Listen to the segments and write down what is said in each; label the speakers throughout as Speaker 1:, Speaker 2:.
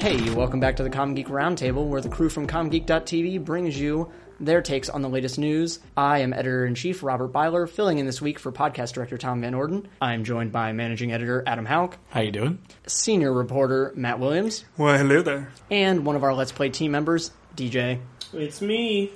Speaker 1: Hey, welcome back to the Com Geek Roundtable, where the crew from ComGeek.tv brings you their takes on the latest news. I am editor in chief Robert Byler, filling in this week for podcast director Tom Van Orden. I am joined by managing editor Adam Hauk,
Speaker 2: How you doing?
Speaker 1: senior reporter Matt Williams,
Speaker 3: Well, hello there.
Speaker 1: and one of our Let's Play team members, DJ.
Speaker 4: It's me.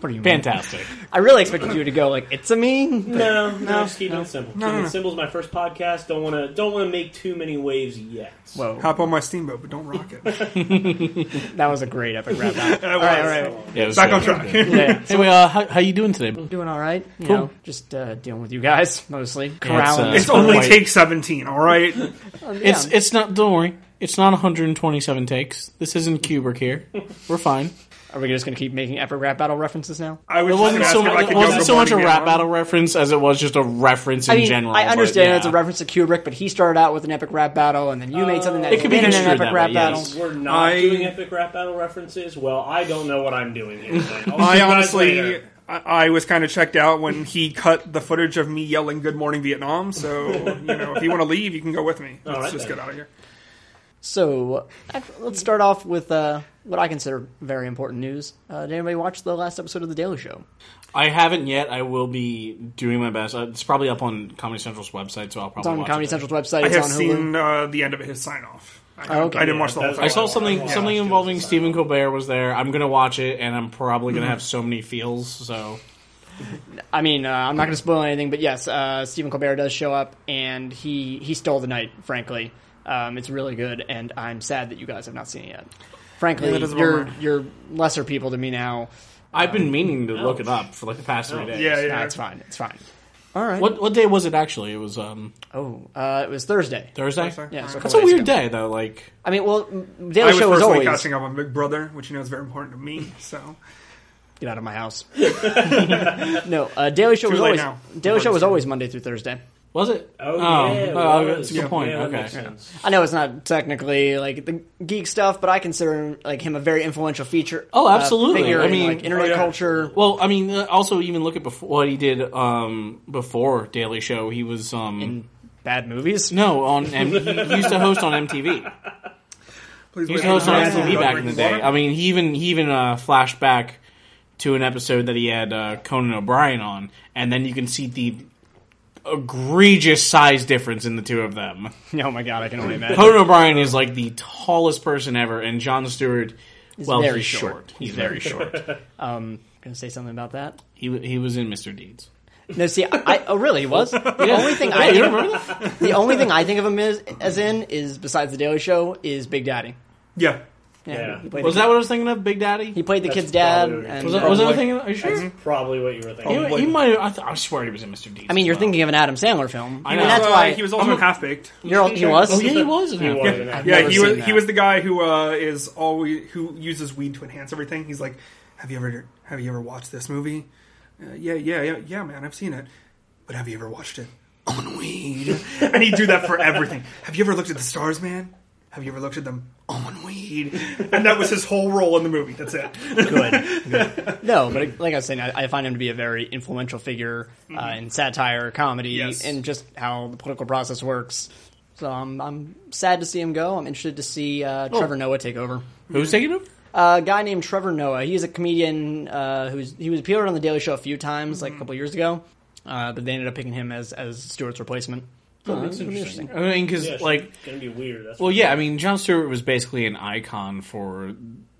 Speaker 1: What are you? mean?
Speaker 2: Fantastic.
Speaker 1: I really expected you to go like it's a me.
Speaker 4: No, no, just keep it simple. keep it simple is my first podcast. Don't want to, don't want to make too many waves yet.
Speaker 1: Whoa,
Speaker 3: Hop on my steamboat, but don't rock it.
Speaker 1: that was a great epic wrap. Back.
Speaker 3: all
Speaker 1: right,
Speaker 2: Yeah,
Speaker 3: Back on track.
Speaker 1: Yeah.
Speaker 2: Anyway, uh, how, how you doing today?
Speaker 1: Doing all right, you
Speaker 2: Cool.
Speaker 1: know, just uh, dealing with you guys mostly.
Speaker 2: it's,
Speaker 1: Corralling.
Speaker 2: uh,
Speaker 3: It's only
Speaker 2: Wait.
Speaker 3: take 17, all right?
Speaker 2: It's it's not. Don't worry. It's not 127 takes. This isn't Kubrick here. We're fine.
Speaker 1: Are we just going to keep making epic rap battle references now?
Speaker 3: I
Speaker 2: It
Speaker 3: was just
Speaker 2: wasn't
Speaker 3: gonna
Speaker 2: so
Speaker 3: ask if I
Speaker 2: much,
Speaker 3: could
Speaker 2: it
Speaker 3: go
Speaker 2: wasn't
Speaker 3: to
Speaker 2: so much a
Speaker 3: Barney
Speaker 2: rap
Speaker 3: Brown.
Speaker 2: battle reference as it was just a reference in
Speaker 1: I mean,
Speaker 2: general.
Speaker 1: I
Speaker 2: but
Speaker 1: understand
Speaker 2: yeah.
Speaker 1: it's a reference to Kubrick, but he started out with an epic rap battle, and then you made something that
Speaker 2: It could be
Speaker 1: been an
Speaker 2: construed
Speaker 1: epic
Speaker 2: that
Speaker 1: rap
Speaker 2: way,
Speaker 1: battle.
Speaker 2: yes.
Speaker 4: We're not
Speaker 3: I-
Speaker 4: doing epic rap battle references. Well, I don't know what I'm doing here. oh, but I'll see
Speaker 3: I
Speaker 4: you guys
Speaker 3: honestly,
Speaker 4: later.
Speaker 3: I, I was kind of checked out when he cut the footage of me yelling "Good Morning Vietnam." So you know, if you want to leave, you can go with me. Let's
Speaker 4: right
Speaker 3: just
Speaker 4: then.
Speaker 3: get out of here.
Speaker 1: So I- let's start off with uh, what I consider very important news. Uh, did anybody watch the last episode of The Daily Show?
Speaker 2: I haven't yet. I will be doing my best. Uh, It's probably up on Comedy Central's website, so I'll probably
Speaker 1: It's on
Speaker 2: watch
Speaker 1: Comedy
Speaker 2: it.
Speaker 1: Central's website.
Speaker 3: I
Speaker 1: It's
Speaker 3: have
Speaker 1: on Hulu.
Speaker 3: seen uh, the end of his sign off. I,
Speaker 1: Oh, okay.
Speaker 3: I didn't
Speaker 1: Yeah,
Speaker 3: watch the whole
Speaker 4: that's
Speaker 3: thing.
Speaker 2: I saw
Speaker 4: Yeah.
Speaker 2: something
Speaker 4: Yeah.
Speaker 2: something
Speaker 4: Yeah.
Speaker 2: involving Stephen Colbert was there. I'm gonna watch it, and I'm probably
Speaker 3: Mm-hmm.
Speaker 2: gonna have so many feels. So
Speaker 1: I mean, uh, I'm not going to spoil anything, but yes, uh, Stephen Colbert does show up, and he he stole the night. Frankly, um, it's really good, and I'm sad that you guys have not seen it yet. Frankly,
Speaker 3: Yeah, that is a
Speaker 1: you're
Speaker 3: bummer.
Speaker 1: you're lesser people to me now.
Speaker 2: I've been meaning to look it up for like the past three days.
Speaker 3: Yeah, yeah.
Speaker 1: That's fine. It's fine. All right.
Speaker 2: What what day was it actually? It was um
Speaker 1: Oh, uh, it was Thursday.
Speaker 2: Thursday.
Speaker 3: Thursday.
Speaker 1: Yeah, so
Speaker 2: That's
Speaker 1: couple
Speaker 2: a
Speaker 1: days
Speaker 2: weird
Speaker 1: ago.
Speaker 2: day though. Like
Speaker 1: I mean, well, m-
Speaker 3: I
Speaker 1: Daily
Speaker 3: was
Speaker 1: Show is
Speaker 3: personally
Speaker 1: always
Speaker 3: catching up on Big Brother, which you know is very important to me. So
Speaker 1: get out of my house. no, uh, Daily Show
Speaker 3: Too
Speaker 1: was
Speaker 3: late
Speaker 1: always
Speaker 3: now.
Speaker 1: Daily Show was
Speaker 3: Already
Speaker 1: always Monday through Thursday.
Speaker 2: was it?
Speaker 4: Oh, yeah,
Speaker 2: oh,
Speaker 4: it
Speaker 2: that's a
Speaker 4: was.
Speaker 2: good point.
Speaker 4: Yeah, that
Speaker 2: okay.
Speaker 4: makes sense.
Speaker 1: I know it's not technically like the geek stuff, but I consider like him a very influential feature.
Speaker 2: Oh,
Speaker 1: uh,
Speaker 2: absolutely.
Speaker 1: figure
Speaker 2: I
Speaker 1: in,
Speaker 2: mean-
Speaker 1: like, internet
Speaker 3: Oh, yeah.
Speaker 1: culture.
Speaker 2: Well, I mean, uh, also even look at before what he did um, before Daily Show. He was um
Speaker 1: Bad movies.
Speaker 2: no on and he used to host on MTV.
Speaker 3: please.
Speaker 2: He used
Speaker 3: wait
Speaker 2: to host
Speaker 3: for
Speaker 2: on
Speaker 3: the sign-off.
Speaker 2: MTV
Speaker 3: Go
Speaker 2: back in
Speaker 3: drink
Speaker 2: the
Speaker 3: some
Speaker 2: day.
Speaker 3: water.
Speaker 2: I mean, he even he even uh, flashed back to an episode that he had uh, Conan O'Brien on, and then you can see the egregious size difference in the two of them.
Speaker 1: Oh my god, I can only imagine.
Speaker 2: Conan O'Brien is like the tallest person ever, and John Stewart. well,
Speaker 1: very
Speaker 2: he's
Speaker 1: short.
Speaker 2: short. He's very short.
Speaker 1: Um, gonna say something about that.
Speaker 2: he w- he was in Mr. Deeds.
Speaker 1: No, see, I oh really he was the only thing I
Speaker 2: You
Speaker 1: think
Speaker 2: don't remember that?
Speaker 1: the only thing I think of him is, as in is besides the Daily Show is Big Daddy.
Speaker 3: Yeah,
Speaker 4: Yeah.
Speaker 1: he played
Speaker 2: Was
Speaker 1: the,
Speaker 2: that what I was thinking of? Big Daddy.
Speaker 1: he played the
Speaker 4: That's
Speaker 1: kid's dad?
Speaker 4: probably-
Speaker 1: And,
Speaker 2: was that, was that what I
Speaker 3: Probably.
Speaker 2: thinking of? Are you sure?
Speaker 4: Probably what you were thinking.
Speaker 2: He, he might. I, th- I swear he was in Mr. Deeds.
Speaker 1: I mean, you're
Speaker 2: as well.
Speaker 1: thinking of an Adam Sandler film. I,
Speaker 2: know.
Speaker 1: mean, that's
Speaker 3: Uh,
Speaker 1: why
Speaker 3: he was also half baked.
Speaker 1: You're, he was.
Speaker 2: Oh yeah, he was. in
Speaker 4: He
Speaker 2: that.
Speaker 4: was in that.
Speaker 3: Yeah,
Speaker 1: never
Speaker 3: he
Speaker 1: seen
Speaker 3: was
Speaker 1: that.
Speaker 3: he was the guy who uh, is always who uses weed to enhance everything. He's like, have you ever have you ever watched this movie? Uh, yeah, yeah, yeah, yeah, man, I've seen it. But have you ever watched it on weed? and he'd do that for everything. Have you ever looked at the stars, man? Have you ever looked at them on weed? And that was his whole role in the movie. That's it.
Speaker 1: No, but like I was saying, I, I find him to be a very influential figure uh, in satire, comedy,
Speaker 3: Yes.
Speaker 1: and just how the political process works. So I'm, I'm sad to see him go. I'm interested to see uh, Trevor Noah take over.
Speaker 2: Who's taking him?
Speaker 1: Uh, a guy named Trevor Noah. He's a comedian uh, who's he was appeared on the Daily Show a few times, like a couple years ago, uh, but they ended up picking him as as Stewart's replacement.
Speaker 4: Oh, that's interesting.
Speaker 2: I mean, because
Speaker 4: Yeah,
Speaker 2: like,
Speaker 4: it's gonna be weird. That's
Speaker 2: well, yeah. I mean, John Stewart was basically an icon for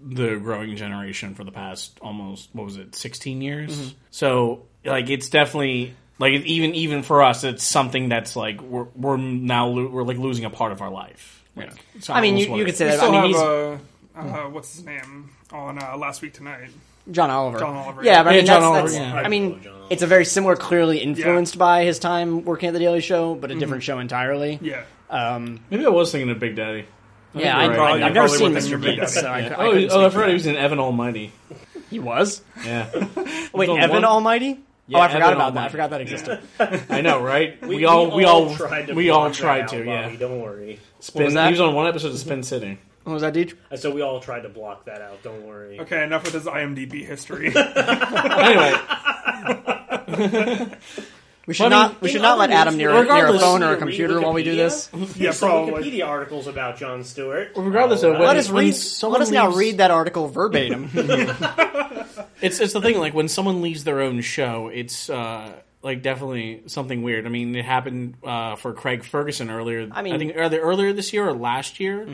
Speaker 2: the growing generation for the past almost what was it, sixteen years.
Speaker 1: Mm-hmm.
Speaker 2: So like, it's definitely like even even for us, it's something that's like we're we're now lo- we're like losing a part of our life. Like, it's
Speaker 1: I mean,
Speaker 2: almost
Speaker 1: you,
Speaker 2: what
Speaker 1: you
Speaker 2: it
Speaker 1: could
Speaker 2: is.
Speaker 1: say
Speaker 3: We
Speaker 1: that. I
Speaker 3: still
Speaker 1: mean,
Speaker 3: have
Speaker 1: he's Hmm.
Speaker 3: uh, uh, what's his name on uh, last week tonight.
Speaker 1: John Oliver.
Speaker 3: John Oliver,
Speaker 1: Yeah,
Speaker 3: yeah.
Speaker 1: but I mean,
Speaker 2: Yeah, John
Speaker 1: that's,
Speaker 2: Oliver,
Speaker 1: that's-
Speaker 2: yeah.
Speaker 1: I mean,
Speaker 4: John Oliver.
Speaker 1: it's a very similar, clearly influenced by his time working at the Daily Show,
Speaker 2: Mm-hmm.
Speaker 1: but a different show entirely.
Speaker 3: Yeah,
Speaker 1: Uh,
Speaker 2: maybe I was thinking of Big Daddy.
Speaker 1: Yeah, I,
Speaker 2: you're
Speaker 1: I, I've
Speaker 2: right. You
Speaker 1: never
Speaker 3: probably
Speaker 1: seen
Speaker 3: wouldn't
Speaker 1: Mr.
Speaker 3: have
Speaker 1: Bean,
Speaker 3: remembered
Speaker 1: so
Speaker 3: that.
Speaker 1: I, I
Speaker 2: Oh,
Speaker 1: couldn't
Speaker 2: oh, I
Speaker 1: speak to
Speaker 2: forgot
Speaker 1: that.
Speaker 2: he was in Evan Almighty.
Speaker 1: He was.
Speaker 2: Yeah,
Speaker 1: Wait,
Speaker 2: on
Speaker 1: Evan
Speaker 2: one-
Speaker 1: Almighty. oh, I
Speaker 2: Evan
Speaker 1: forgot about that. I
Speaker 2: Almighty.
Speaker 1: forgot that existed.
Speaker 2: I know, right? We, all we all we all tried to.
Speaker 4: block that out,
Speaker 2: Yeah,
Speaker 4: Bobby, Don't worry.
Speaker 2: Spin,
Speaker 1: was that?
Speaker 2: he was on one episode of Spin City.
Speaker 1: What was that, dude?
Speaker 4: I said we all tried to block that out. Don't worry.
Speaker 3: Okay, enough with his IMDb history.
Speaker 2: anyway.
Speaker 1: We should
Speaker 2: Well, I
Speaker 1: not.
Speaker 2: mean,
Speaker 1: We
Speaker 4: in
Speaker 1: should not let
Speaker 4: other
Speaker 1: Adam
Speaker 4: news,
Speaker 1: near, near a
Speaker 2: regardless-
Speaker 1: phone or a
Speaker 4: Read
Speaker 1: computer while we do
Speaker 4: Wikipedia.
Speaker 1: this.
Speaker 3: Yeah,
Speaker 4: There's some
Speaker 3: probably.
Speaker 4: Wikipedia articles about John Stewart. Oh,
Speaker 2: Regardless of
Speaker 1: Let
Speaker 2: When-
Speaker 1: us
Speaker 2: when
Speaker 1: read.
Speaker 2: someone
Speaker 1: Let us now
Speaker 2: leaves-
Speaker 1: read that article verbatim.
Speaker 2: It's it's the thing like when someone leaves their own show, it's uh, like definitely something weird. I mean, it happened uh, for Craig Ferguson earlier. I
Speaker 1: mean- Mm-hmm.
Speaker 2: mean, I think either earlier this year or last year,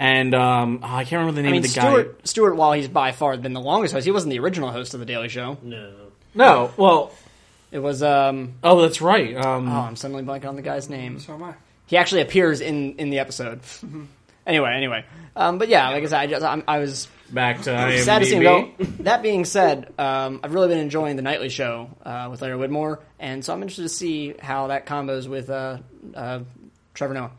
Speaker 2: and um, oh, I can't remember the name
Speaker 1: I mean,
Speaker 2: of the guy.
Speaker 1: Stewart. Stewart, while he's by far been the longest host, he wasn't the original host of the Daily Show.
Speaker 4: No.
Speaker 2: No, well,
Speaker 1: It was. um
Speaker 2: oh, that's right. Um,
Speaker 1: Oh, I'm suddenly blanking on the guy's name.
Speaker 3: So am I.
Speaker 1: He actually appears in in the episode.
Speaker 3: Mm-hmm.
Speaker 1: anyway, anyway. Um, but yeah, like I said, I just I'm, I was
Speaker 2: Back to IMDb.
Speaker 1: sad to see him go. That being said, um, I've really been enjoying the nightly show uh, with Larry Whitmore, and so I'm interested to see how that combos with uh, uh, Trevor Noah.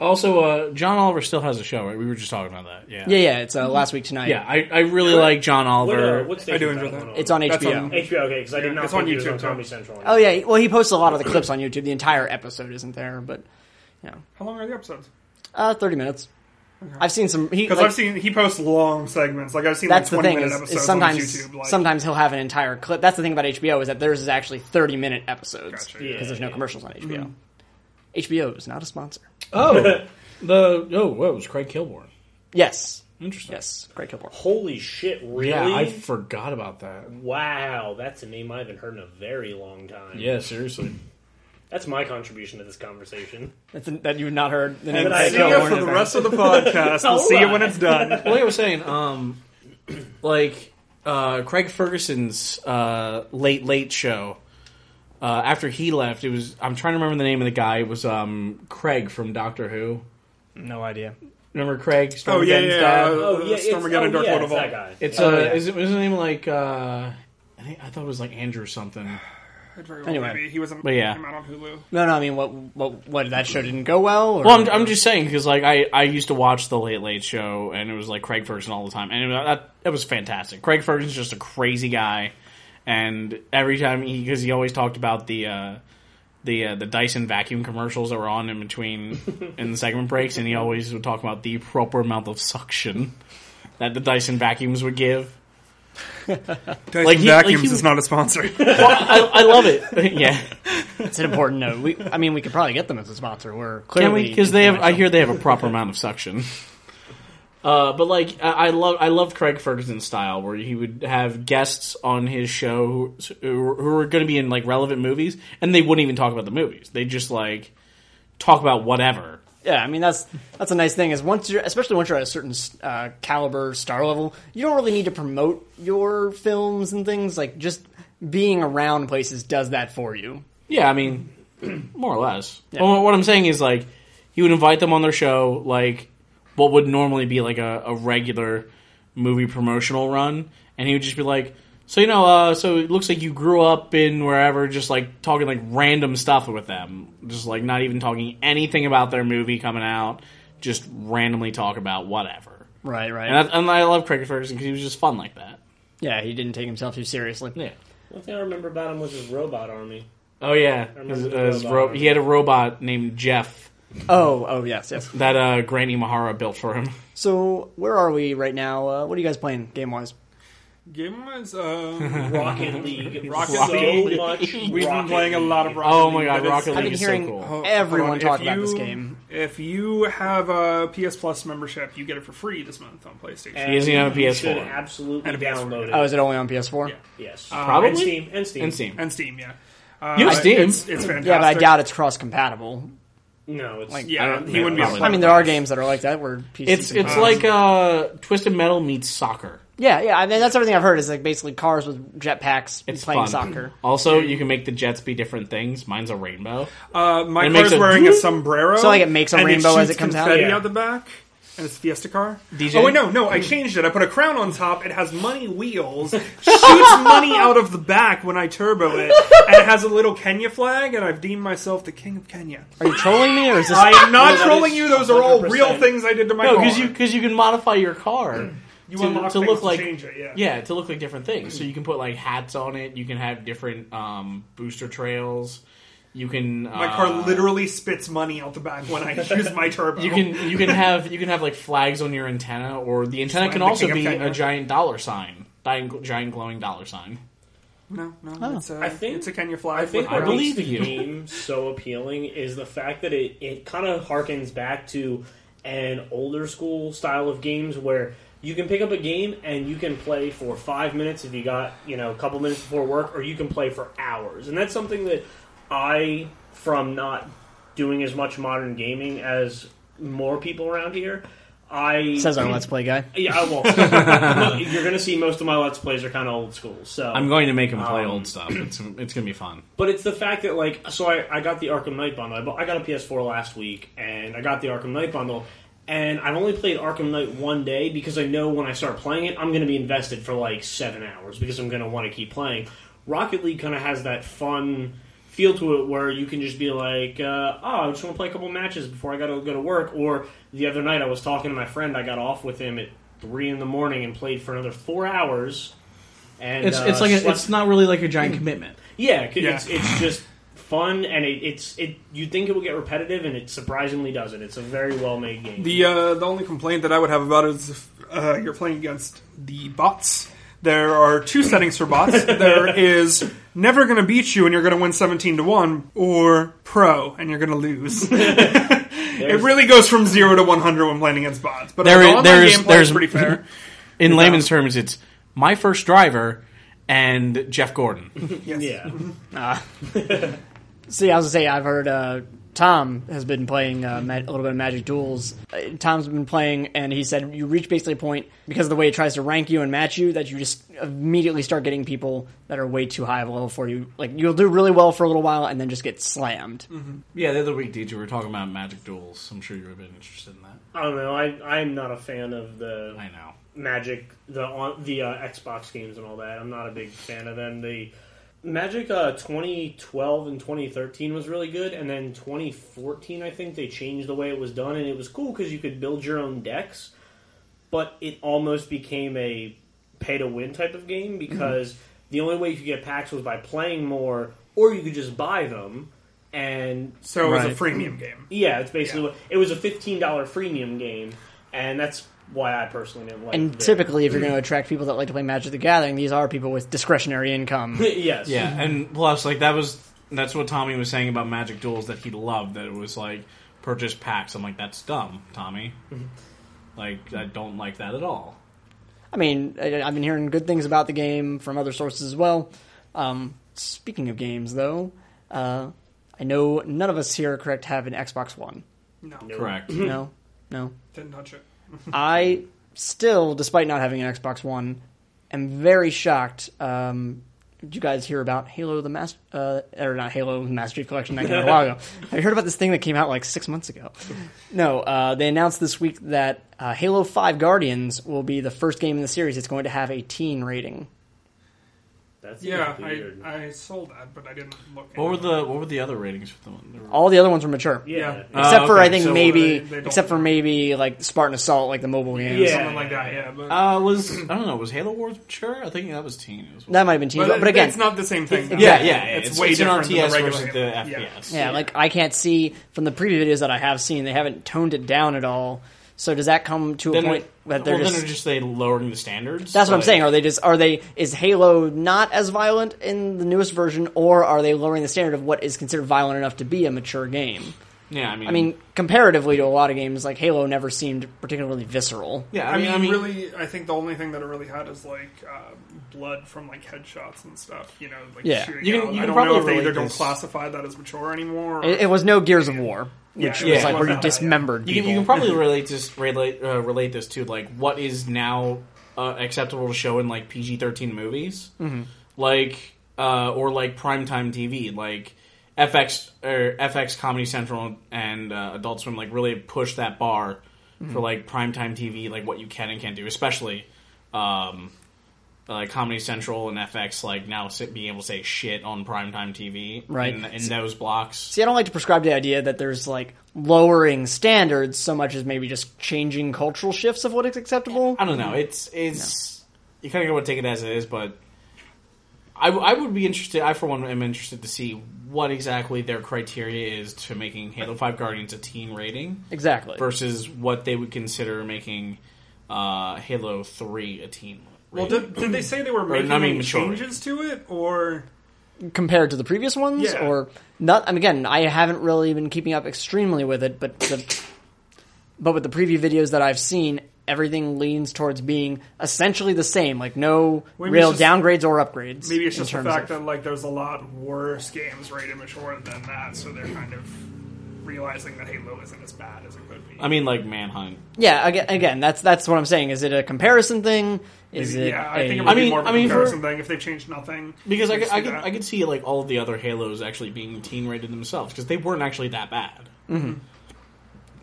Speaker 2: Also, uh, John Oliver still has a show. Right? We were just talking about that. Yeah,
Speaker 1: Yeah, yeah. It's
Speaker 3: Mm-hmm.
Speaker 1: uh, last week tonight.
Speaker 2: Yeah, I, I really like John
Speaker 4: What,
Speaker 2: Oliver.
Speaker 4: uh, what station
Speaker 3: I do
Speaker 4: is
Speaker 3: enjoy
Speaker 4: that
Speaker 3: that.
Speaker 4: one
Speaker 1: It's on
Speaker 3: That's
Speaker 1: HBO.
Speaker 3: on-
Speaker 4: HBO, okay, because I did not
Speaker 3: it's
Speaker 4: think
Speaker 3: on
Speaker 4: it was
Speaker 3: YouTube,
Speaker 4: on
Speaker 3: too.
Speaker 4: Comedy Central.
Speaker 1: Oh yeah. Well, he posts a lot of the clips on YouTube. The entire episode isn't there, but
Speaker 3: How long are the episodes?
Speaker 1: uh, 30 minutes. I've seen some.
Speaker 3: Because I've seen he posts long segments. Like I've seen
Speaker 1: that's
Speaker 3: like
Speaker 1: the
Speaker 3: twenty
Speaker 1: thing
Speaker 3: minute
Speaker 1: is,
Speaker 3: episodes
Speaker 1: is sometimes
Speaker 3: on YouTube. Like,
Speaker 1: sometimes he'll have an entire clip. That's the thing about HBO is that theirs is actually thirty minute episodes because
Speaker 3: Gotcha, yeah. Mm-hmm.
Speaker 1: there's no
Speaker 4: Yeah.
Speaker 1: commercials on HBO. HBO is not a sponsor.
Speaker 2: oh, the oh, whoa, it was Craig Kilborn.
Speaker 1: Yes,
Speaker 2: Interesting.
Speaker 1: yes, Craig Kilborn.
Speaker 4: Holy shit, really?
Speaker 2: Yeah, I forgot about that.
Speaker 4: wow, that's a name I haven't heard in a very long time.
Speaker 2: Yeah, seriously.
Speaker 4: That's my contribution to this conversation.
Speaker 1: That's that you've not heard the name
Speaker 4: But I
Speaker 1: Craig
Speaker 3: see
Speaker 4: know
Speaker 1: Kilborn
Speaker 3: you for
Speaker 1: in
Speaker 3: the
Speaker 1: there.
Speaker 3: rest of the podcast. we'll see you when it's done.
Speaker 2: Well, like I was saying, um, like uh, Craig Ferguson's uh, late late show. Uh, after he left, it was I'm trying to remember the name of the guy. It was um, Craig from Doctor Who.
Speaker 1: No idea.
Speaker 2: Remember Craig?
Speaker 3: Oh yeah, yeah.
Speaker 2: Stormageddon's
Speaker 3: yeah.
Speaker 2: dad?
Speaker 4: Oh, yeah, it's,
Speaker 3: Stormageddon,
Speaker 4: oh,
Speaker 3: Dark
Speaker 4: yeah,
Speaker 3: World
Speaker 4: it's
Speaker 3: of All.
Speaker 4: that guy.
Speaker 2: It's
Speaker 4: Oh,
Speaker 2: uh,
Speaker 4: yeah.
Speaker 2: is it was his name like uh, I, think, I thought it was like Andrew something.
Speaker 3: I'd very well
Speaker 1: Anyway.
Speaker 3: maybe. he was on,
Speaker 2: But yeah.
Speaker 3: came out on Hulu.
Speaker 1: No, no. I mean, what, what, what? That show didn't go well. Or,
Speaker 2: Well, I'm, I'm just saying because like I, I used to watch the Late Late Show and it was like Craig Ferguson all the time and it, that that was fantastic. Craig Ferguson's just a crazy guy, and every time he because he always talked about the uh, the uh, the Dyson vacuum commercials that were on in between in the segment breaks, and he always would talk about the proper amount of suction that the Dyson vacuums would give.
Speaker 3: Dyson
Speaker 2: Like he- like
Speaker 3: Vacuums
Speaker 2: he was-
Speaker 3: is not a sponsor.
Speaker 2: I, I love it. yeah,
Speaker 1: it's an important note. We, I mean, we could probably get them as a sponsor. We're
Speaker 2: Can
Speaker 1: clearly
Speaker 2: we? Because they have. I hear they have a proper amount of suction. Uh, but like I, I love I loved Craig Ferguson's style where he would have guests on his show who, who were going to be in like relevant movies and they wouldn't even talk about the movies they just like talk about whatever
Speaker 1: Yeah, I mean that's that's a nice thing is once you're especially once you're at a certain uh, caliber star level, you don't really need to promote your films and things like just being around places does that for you.
Speaker 2: Yeah, I mean, more or less. Well, what I'm saying is, like, you would invite them on their show, like, what would normally be, like, a, a regular movie promotional run, and he would just be like, so, you know, uh, so it looks like you grew up in wherever, just, like, talking, like, random stuff with them. Just, like, not even talking anything about their movie coming out, just randomly talk about whatever.
Speaker 1: Right, right.
Speaker 2: And I, and I love Craig Ferguson because he was just fun like that.
Speaker 1: yeah, he didn't take himself too seriously.
Speaker 2: Yeah.
Speaker 4: One thing I remember about him was his robot army.
Speaker 2: Oh, yeah.
Speaker 4: remember
Speaker 2: His-
Speaker 4: the
Speaker 2: uh, his
Speaker 4: robot.
Speaker 2: ro- he had a robot named Jeff.
Speaker 1: Oh, oh yes, yes.
Speaker 2: that uh, Granny Mahara built for him.
Speaker 1: So where are we right now? Uh, what are you guys playing game wise?
Speaker 3: Game was um,
Speaker 4: Rocket League.
Speaker 3: Rocket
Speaker 4: so
Speaker 3: League.
Speaker 4: much.
Speaker 3: we've been
Speaker 4: Rocket
Speaker 3: playing a lot of
Speaker 4: League.
Speaker 3: Rocket
Speaker 2: Oh
Speaker 3: League,
Speaker 2: my god,
Speaker 3: but it's-
Speaker 2: Rocket
Speaker 1: I've
Speaker 2: League
Speaker 1: been
Speaker 2: is
Speaker 1: hearing-
Speaker 2: so cool.
Speaker 3: Hold-
Speaker 1: Everyone
Speaker 3: hold on.
Speaker 1: talk
Speaker 3: If
Speaker 1: about this
Speaker 3: you-
Speaker 1: game.
Speaker 3: If you have a PS Plus membership, you get it for free this month on PlayStation.
Speaker 4: And
Speaker 2: He doesn't have a
Speaker 4: you
Speaker 2: PS4.
Speaker 4: should absolutely
Speaker 3: And a PS4.
Speaker 4: download it.
Speaker 1: Oh, is it only on PS4?
Speaker 3: Yeah.
Speaker 4: yes.
Speaker 2: Probably?
Speaker 4: And Steam. And Steam.
Speaker 2: And Steam.
Speaker 3: and Steam, yeah. Uh,
Speaker 2: You have Steam?
Speaker 3: It's, it's fantastic.
Speaker 1: Yeah, but I doubt it's cross compatible.
Speaker 4: No, it's...
Speaker 3: Yeah,
Speaker 2: I don't-
Speaker 3: he
Speaker 2: yeah,
Speaker 3: wouldn't
Speaker 2: probably
Speaker 3: be. able to
Speaker 1: I mean, there are games that are like that where PC.
Speaker 2: It's it's
Speaker 1: compatible.
Speaker 2: like uh, Twisted Metal meets soccer.
Speaker 1: yeah, yeah. I mean, that's everything I've heard is like basically cars with jetpacks
Speaker 2: It's
Speaker 1: playing
Speaker 2: fun.
Speaker 1: soccer.
Speaker 2: Also, you can make the jets be different things. Mine's a rainbow.
Speaker 3: Uh, my
Speaker 2: It makes
Speaker 3: car's
Speaker 2: a-
Speaker 3: wearing a sombrero,
Speaker 1: So, like, it makes a
Speaker 3: and
Speaker 1: rainbow as it
Speaker 3: shoots
Speaker 1: comes out?
Speaker 3: confetti
Speaker 4: Yeah.
Speaker 3: out the back, and it's a Fiesta car.
Speaker 2: DJ?
Speaker 3: Oh wait, no, no, I
Speaker 1: Mm.
Speaker 3: changed it. I put a crown on top. It has money wheels, shoots money out of the back when I turbo it, and it has a little Kenya flag. And I've deemed myself the king of Kenya.
Speaker 1: Are you trolling me or is this?
Speaker 3: I am not
Speaker 4: is
Speaker 3: trolling you. Those are all
Speaker 4: 100%.
Speaker 3: real things I did to my
Speaker 2: No,
Speaker 3: car.
Speaker 2: because you because you can modify your car
Speaker 3: Oh. You
Speaker 2: to,
Speaker 3: unlock
Speaker 2: to
Speaker 3: things
Speaker 2: look
Speaker 3: to
Speaker 2: like
Speaker 3: change it, yeah.
Speaker 2: to look like different things. So you can put like hats on it. You can have different um, booster trails. You can uh,
Speaker 3: my car literally spits money out the back when I use my turbo.
Speaker 2: You can you can have you can have like flags on your antenna, or the antenna
Speaker 3: Flag
Speaker 2: can
Speaker 3: the
Speaker 2: also
Speaker 3: king of
Speaker 2: be
Speaker 3: Kenya.
Speaker 2: a giant dollar sign, giant, giant glowing dollar sign.
Speaker 3: No, no.
Speaker 1: Oh.
Speaker 3: It's, a,
Speaker 4: I think-
Speaker 3: it's a can you fly?
Speaker 4: I think
Speaker 3: flip
Speaker 4: what
Speaker 2: I
Speaker 3: around.
Speaker 2: believe
Speaker 4: makes the
Speaker 2: you.
Speaker 4: game so appealing is the fact that it, it kind of harkens back to an older school style of games where you can pick up a game and you can play for five minutes if you got you know a couple minutes before work, or you can play for hours, and that's something that I, from not doing as much modern gaming as more people around here, I
Speaker 1: Says our Let's Play guy.
Speaker 4: Yeah, I won't. No, You're going to see most of my let's plays are kind of old school. So
Speaker 2: I'm going to make him play
Speaker 4: Um,
Speaker 2: old stuff. It's it's gonna be fun.
Speaker 4: But it's the fact that like, so I, I got the Arkham Knight bundle. I, bought, I got a PS4 last week, and I got the Arkham Knight bundle, and I've only played Arkham Knight one day because I know when I start playing it, I'm going to be invested for like seven hours because I'm going to want to keep playing. Rocket League kind of has that fun feel to it where you can just be like, uh, oh, I just want to play a couple matches before I got to go to work. Or the other night, I was talking to my friend. I got off with him at three in the morning and played for another four hours. And
Speaker 2: It's
Speaker 4: uh,
Speaker 2: it's like a,
Speaker 4: slept
Speaker 2: it's not really like a giant commitment.
Speaker 4: yeah, c it's it's just fun, and it, it's it. You think it will get repetitive, and it surprisingly doesn't. It's a very well made game.
Speaker 3: The uh, the only complaint that I would have about it is if uh, you're playing against the bots. There are two settings for bots. There is never going to beat you and you're going to win 17 to 1 or pro and you're going to lose. it really goes from 0 to 100 when playing against bots. But
Speaker 2: There
Speaker 3: there,
Speaker 2: is-
Speaker 3: online
Speaker 2: there is-
Speaker 3: gameplay
Speaker 2: there
Speaker 3: is
Speaker 2: is-
Speaker 3: pretty fair.
Speaker 2: In layman's terms, it's my first driver and Jeff Gordon.
Speaker 3: Yes.
Speaker 4: yeah,
Speaker 1: See, I was gonna say I've heard uh, Tom has been playing uh, ma- a little bit of Magic Duels. Uh, Tom's been playing, and he said you reach basically a point because of the way it tries to rank you and match you that you just immediately start getting people that are way too high of a level for you. Like you'll do really well for a little while, and then just get slammed.
Speaker 2: Mm-hmm. yeah, the other week, DJ, we were talking about Magic Duels. I'm sure you would have been interested in that.
Speaker 4: I don't know. I I'm not a fan of the
Speaker 2: I know.
Speaker 4: Magic, the on the uh, Xbox games and all that. I'm not a big fan of them. The Magic uh, 2012 and 2013 was really good, and then 2014, I think they changed the way it was done, and it was cool because you could build your own decks. but it almost became a pay to win type of game because
Speaker 1: Mm-hmm.
Speaker 4: the only way you could get packs was by playing more, or you could just buy them. And
Speaker 3: So it
Speaker 2: Right.
Speaker 3: was a freemium game.
Speaker 4: yeah, it's basically what it was a fifteen dollar freemium game, and that's why I personally didn't like.
Speaker 1: And
Speaker 4: the-
Speaker 1: typically, if you're going to attract people that like to play Magic the Gathering, these are people with discretionary income.
Speaker 4: yes,
Speaker 2: Yeah, and plus, like that was that's what Tommy was saying about Magic Duels that he loved. That it was like purchase packs. I'm like, that's dumb, Tommy. like, I don't like that at all.
Speaker 1: I mean, I- I've been hearing good things about the game from other sources as well. Um, speaking of games, though, uh, I know none of us here, correct, have an Xbox One.
Speaker 3: No.
Speaker 2: Correct.
Speaker 1: No, no.
Speaker 3: Didn't touch it.
Speaker 1: I still, despite not having an Xbox One, am very shocked. Um, did you guys hear about Halo the Master, uh, or not Halo the Master Chief Collection that came out a while ago? Have you heard about this thing that came out like six months ago? No, uh, they announced this week that uh, Halo Five Guardians will be the first game in the series that's going to have a teen rating.
Speaker 4: that's
Speaker 3: Yeah,
Speaker 4: weird.
Speaker 3: I, I sold that, but I didn't look.
Speaker 2: What were
Speaker 3: into it.
Speaker 2: the what were the other ratings for the one? there were-
Speaker 1: All the other ones were mature,
Speaker 4: yeah,
Speaker 2: Uh,
Speaker 1: except for
Speaker 2: okay,
Speaker 1: I think
Speaker 2: so
Speaker 1: maybe,
Speaker 3: they- they don't-
Speaker 1: except for maybe like Spartan Assault, like the mobile games.
Speaker 4: Yeah.
Speaker 3: Something like that, yeah. But,
Speaker 2: Uh, was I don't know. Was Halo Wars mature? I think that was teen. As well.
Speaker 1: That might have been teen,
Speaker 3: but,
Speaker 1: but,
Speaker 3: it-
Speaker 1: again,
Speaker 3: it's not the same thing. though.
Speaker 2: yeah, yeah, yeah.
Speaker 3: It's, way different
Speaker 2: an RTS
Speaker 3: than the regular
Speaker 2: versus the
Speaker 3: Halo. Yeah.
Speaker 2: FPS.
Speaker 1: Yeah, like I can't see from the preview videos that I have seen, they haven't toned it down at all. So does that come to a
Speaker 2: Then,
Speaker 1: point that they're
Speaker 2: well,
Speaker 1: just,
Speaker 2: then just they lowering the standards.
Speaker 1: That's what I'm
Speaker 2: Like,
Speaker 1: saying. Are they just are they is Halo not as violent in the newest version, or are they lowering the standard of what is considered violent enough to be a mature game?
Speaker 2: Yeah, I mean,
Speaker 1: I mean, comparatively to a lot of games, like Halo never seemed particularly visceral.
Speaker 2: yeah,
Speaker 3: I mean, really, I think the only thing that it really had is like uh, blood from like headshots and stuff. You know, like
Speaker 1: Yeah.
Speaker 3: shooting
Speaker 2: You can-
Speaker 3: out.
Speaker 2: you
Speaker 3: I
Speaker 2: can
Speaker 3: don't know
Speaker 2: probably
Speaker 3: if they either
Speaker 2: relate
Speaker 3: don't
Speaker 2: this-
Speaker 3: classify that as mature anymore. Or,
Speaker 1: It, it was no Gears of War, which
Speaker 3: Yeah,
Speaker 1: was
Speaker 2: yeah.
Speaker 1: like where you
Speaker 3: Yeah.
Speaker 1: dismembered
Speaker 2: You
Speaker 1: people.
Speaker 2: can, you can probably relate this relate uh, relate this to like what is now uh, acceptable to show in like PG thirteen movies, like uh, or like primetime TV, like FX or FX Comedy Central and uh, Adult Swim, like really push that bar for like primetime TV, like what you can and can't do, especially. Um, like Comedy Central and FX, like now sit, being able to say shit on primetime TV,
Speaker 1: Right.
Speaker 2: In, in those blocks,
Speaker 1: See, I don't like to prescribe the idea that there's like lowering standards so much as maybe just changing cultural shifts of what is acceptable.
Speaker 2: I don't know. It's it's you kind of got to take it as it is, but I, w- I would be interested. I for one am interested to see what exactly their criteria is to making Halo Five Guardians a teen rating
Speaker 1: Exactly.
Speaker 2: versus what they would consider making uh, Halo Three a teen
Speaker 3: Well, did, did they say they were making
Speaker 2: I mean,
Speaker 3: any
Speaker 2: mature.
Speaker 3: changes to it, or
Speaker 1: compared to the previous ones,
Speaker 3: Yeah.
Speaker 1: or not? And again, I haven't really been keeping up extremely with it, but the, but with the preview videos that I've seen, everything leans towards being essentially the same, like no
Speaker 3: Maybe
Speaker 1: real
Speaker 3: it's just-
Speaker 1: downgrades or upgrades.
Speaker 3: maybe it's just
Speaker 1: in
Speaker 3: the
Speaker 1: terms
Speaker 3: fact
Speaker 1: of,
Speaker 3: that like there's a lot worse games rated mature than that, so they're kind of realizing that Halo isn't as bad as it could be.
Speaker 2: I mean, like Manhunt.
Speaker 1: yeah. Again, again, that's that's what I'm saying. Is it a comparison thing? Is it?
Speaker 3: yeah, I think it
Speaker 1: a-
Speaker 3: would
Speaker 2: I mean-
Speaker 3: be more of a
Speaker 2: I mean, for-
Speaker 3: comparison thing if they changed nothing.
Speaker 2: Because I,
Speaker 3: We'd
Speaker 2: could-
Speaker 3: see
Speaker 2: I could
Speaker 3: that.
Speaker 2: I could see like all of the other Halos actually being teen rated themselves because they weren't actually that bad.
Speaker 1: Mm-hmm.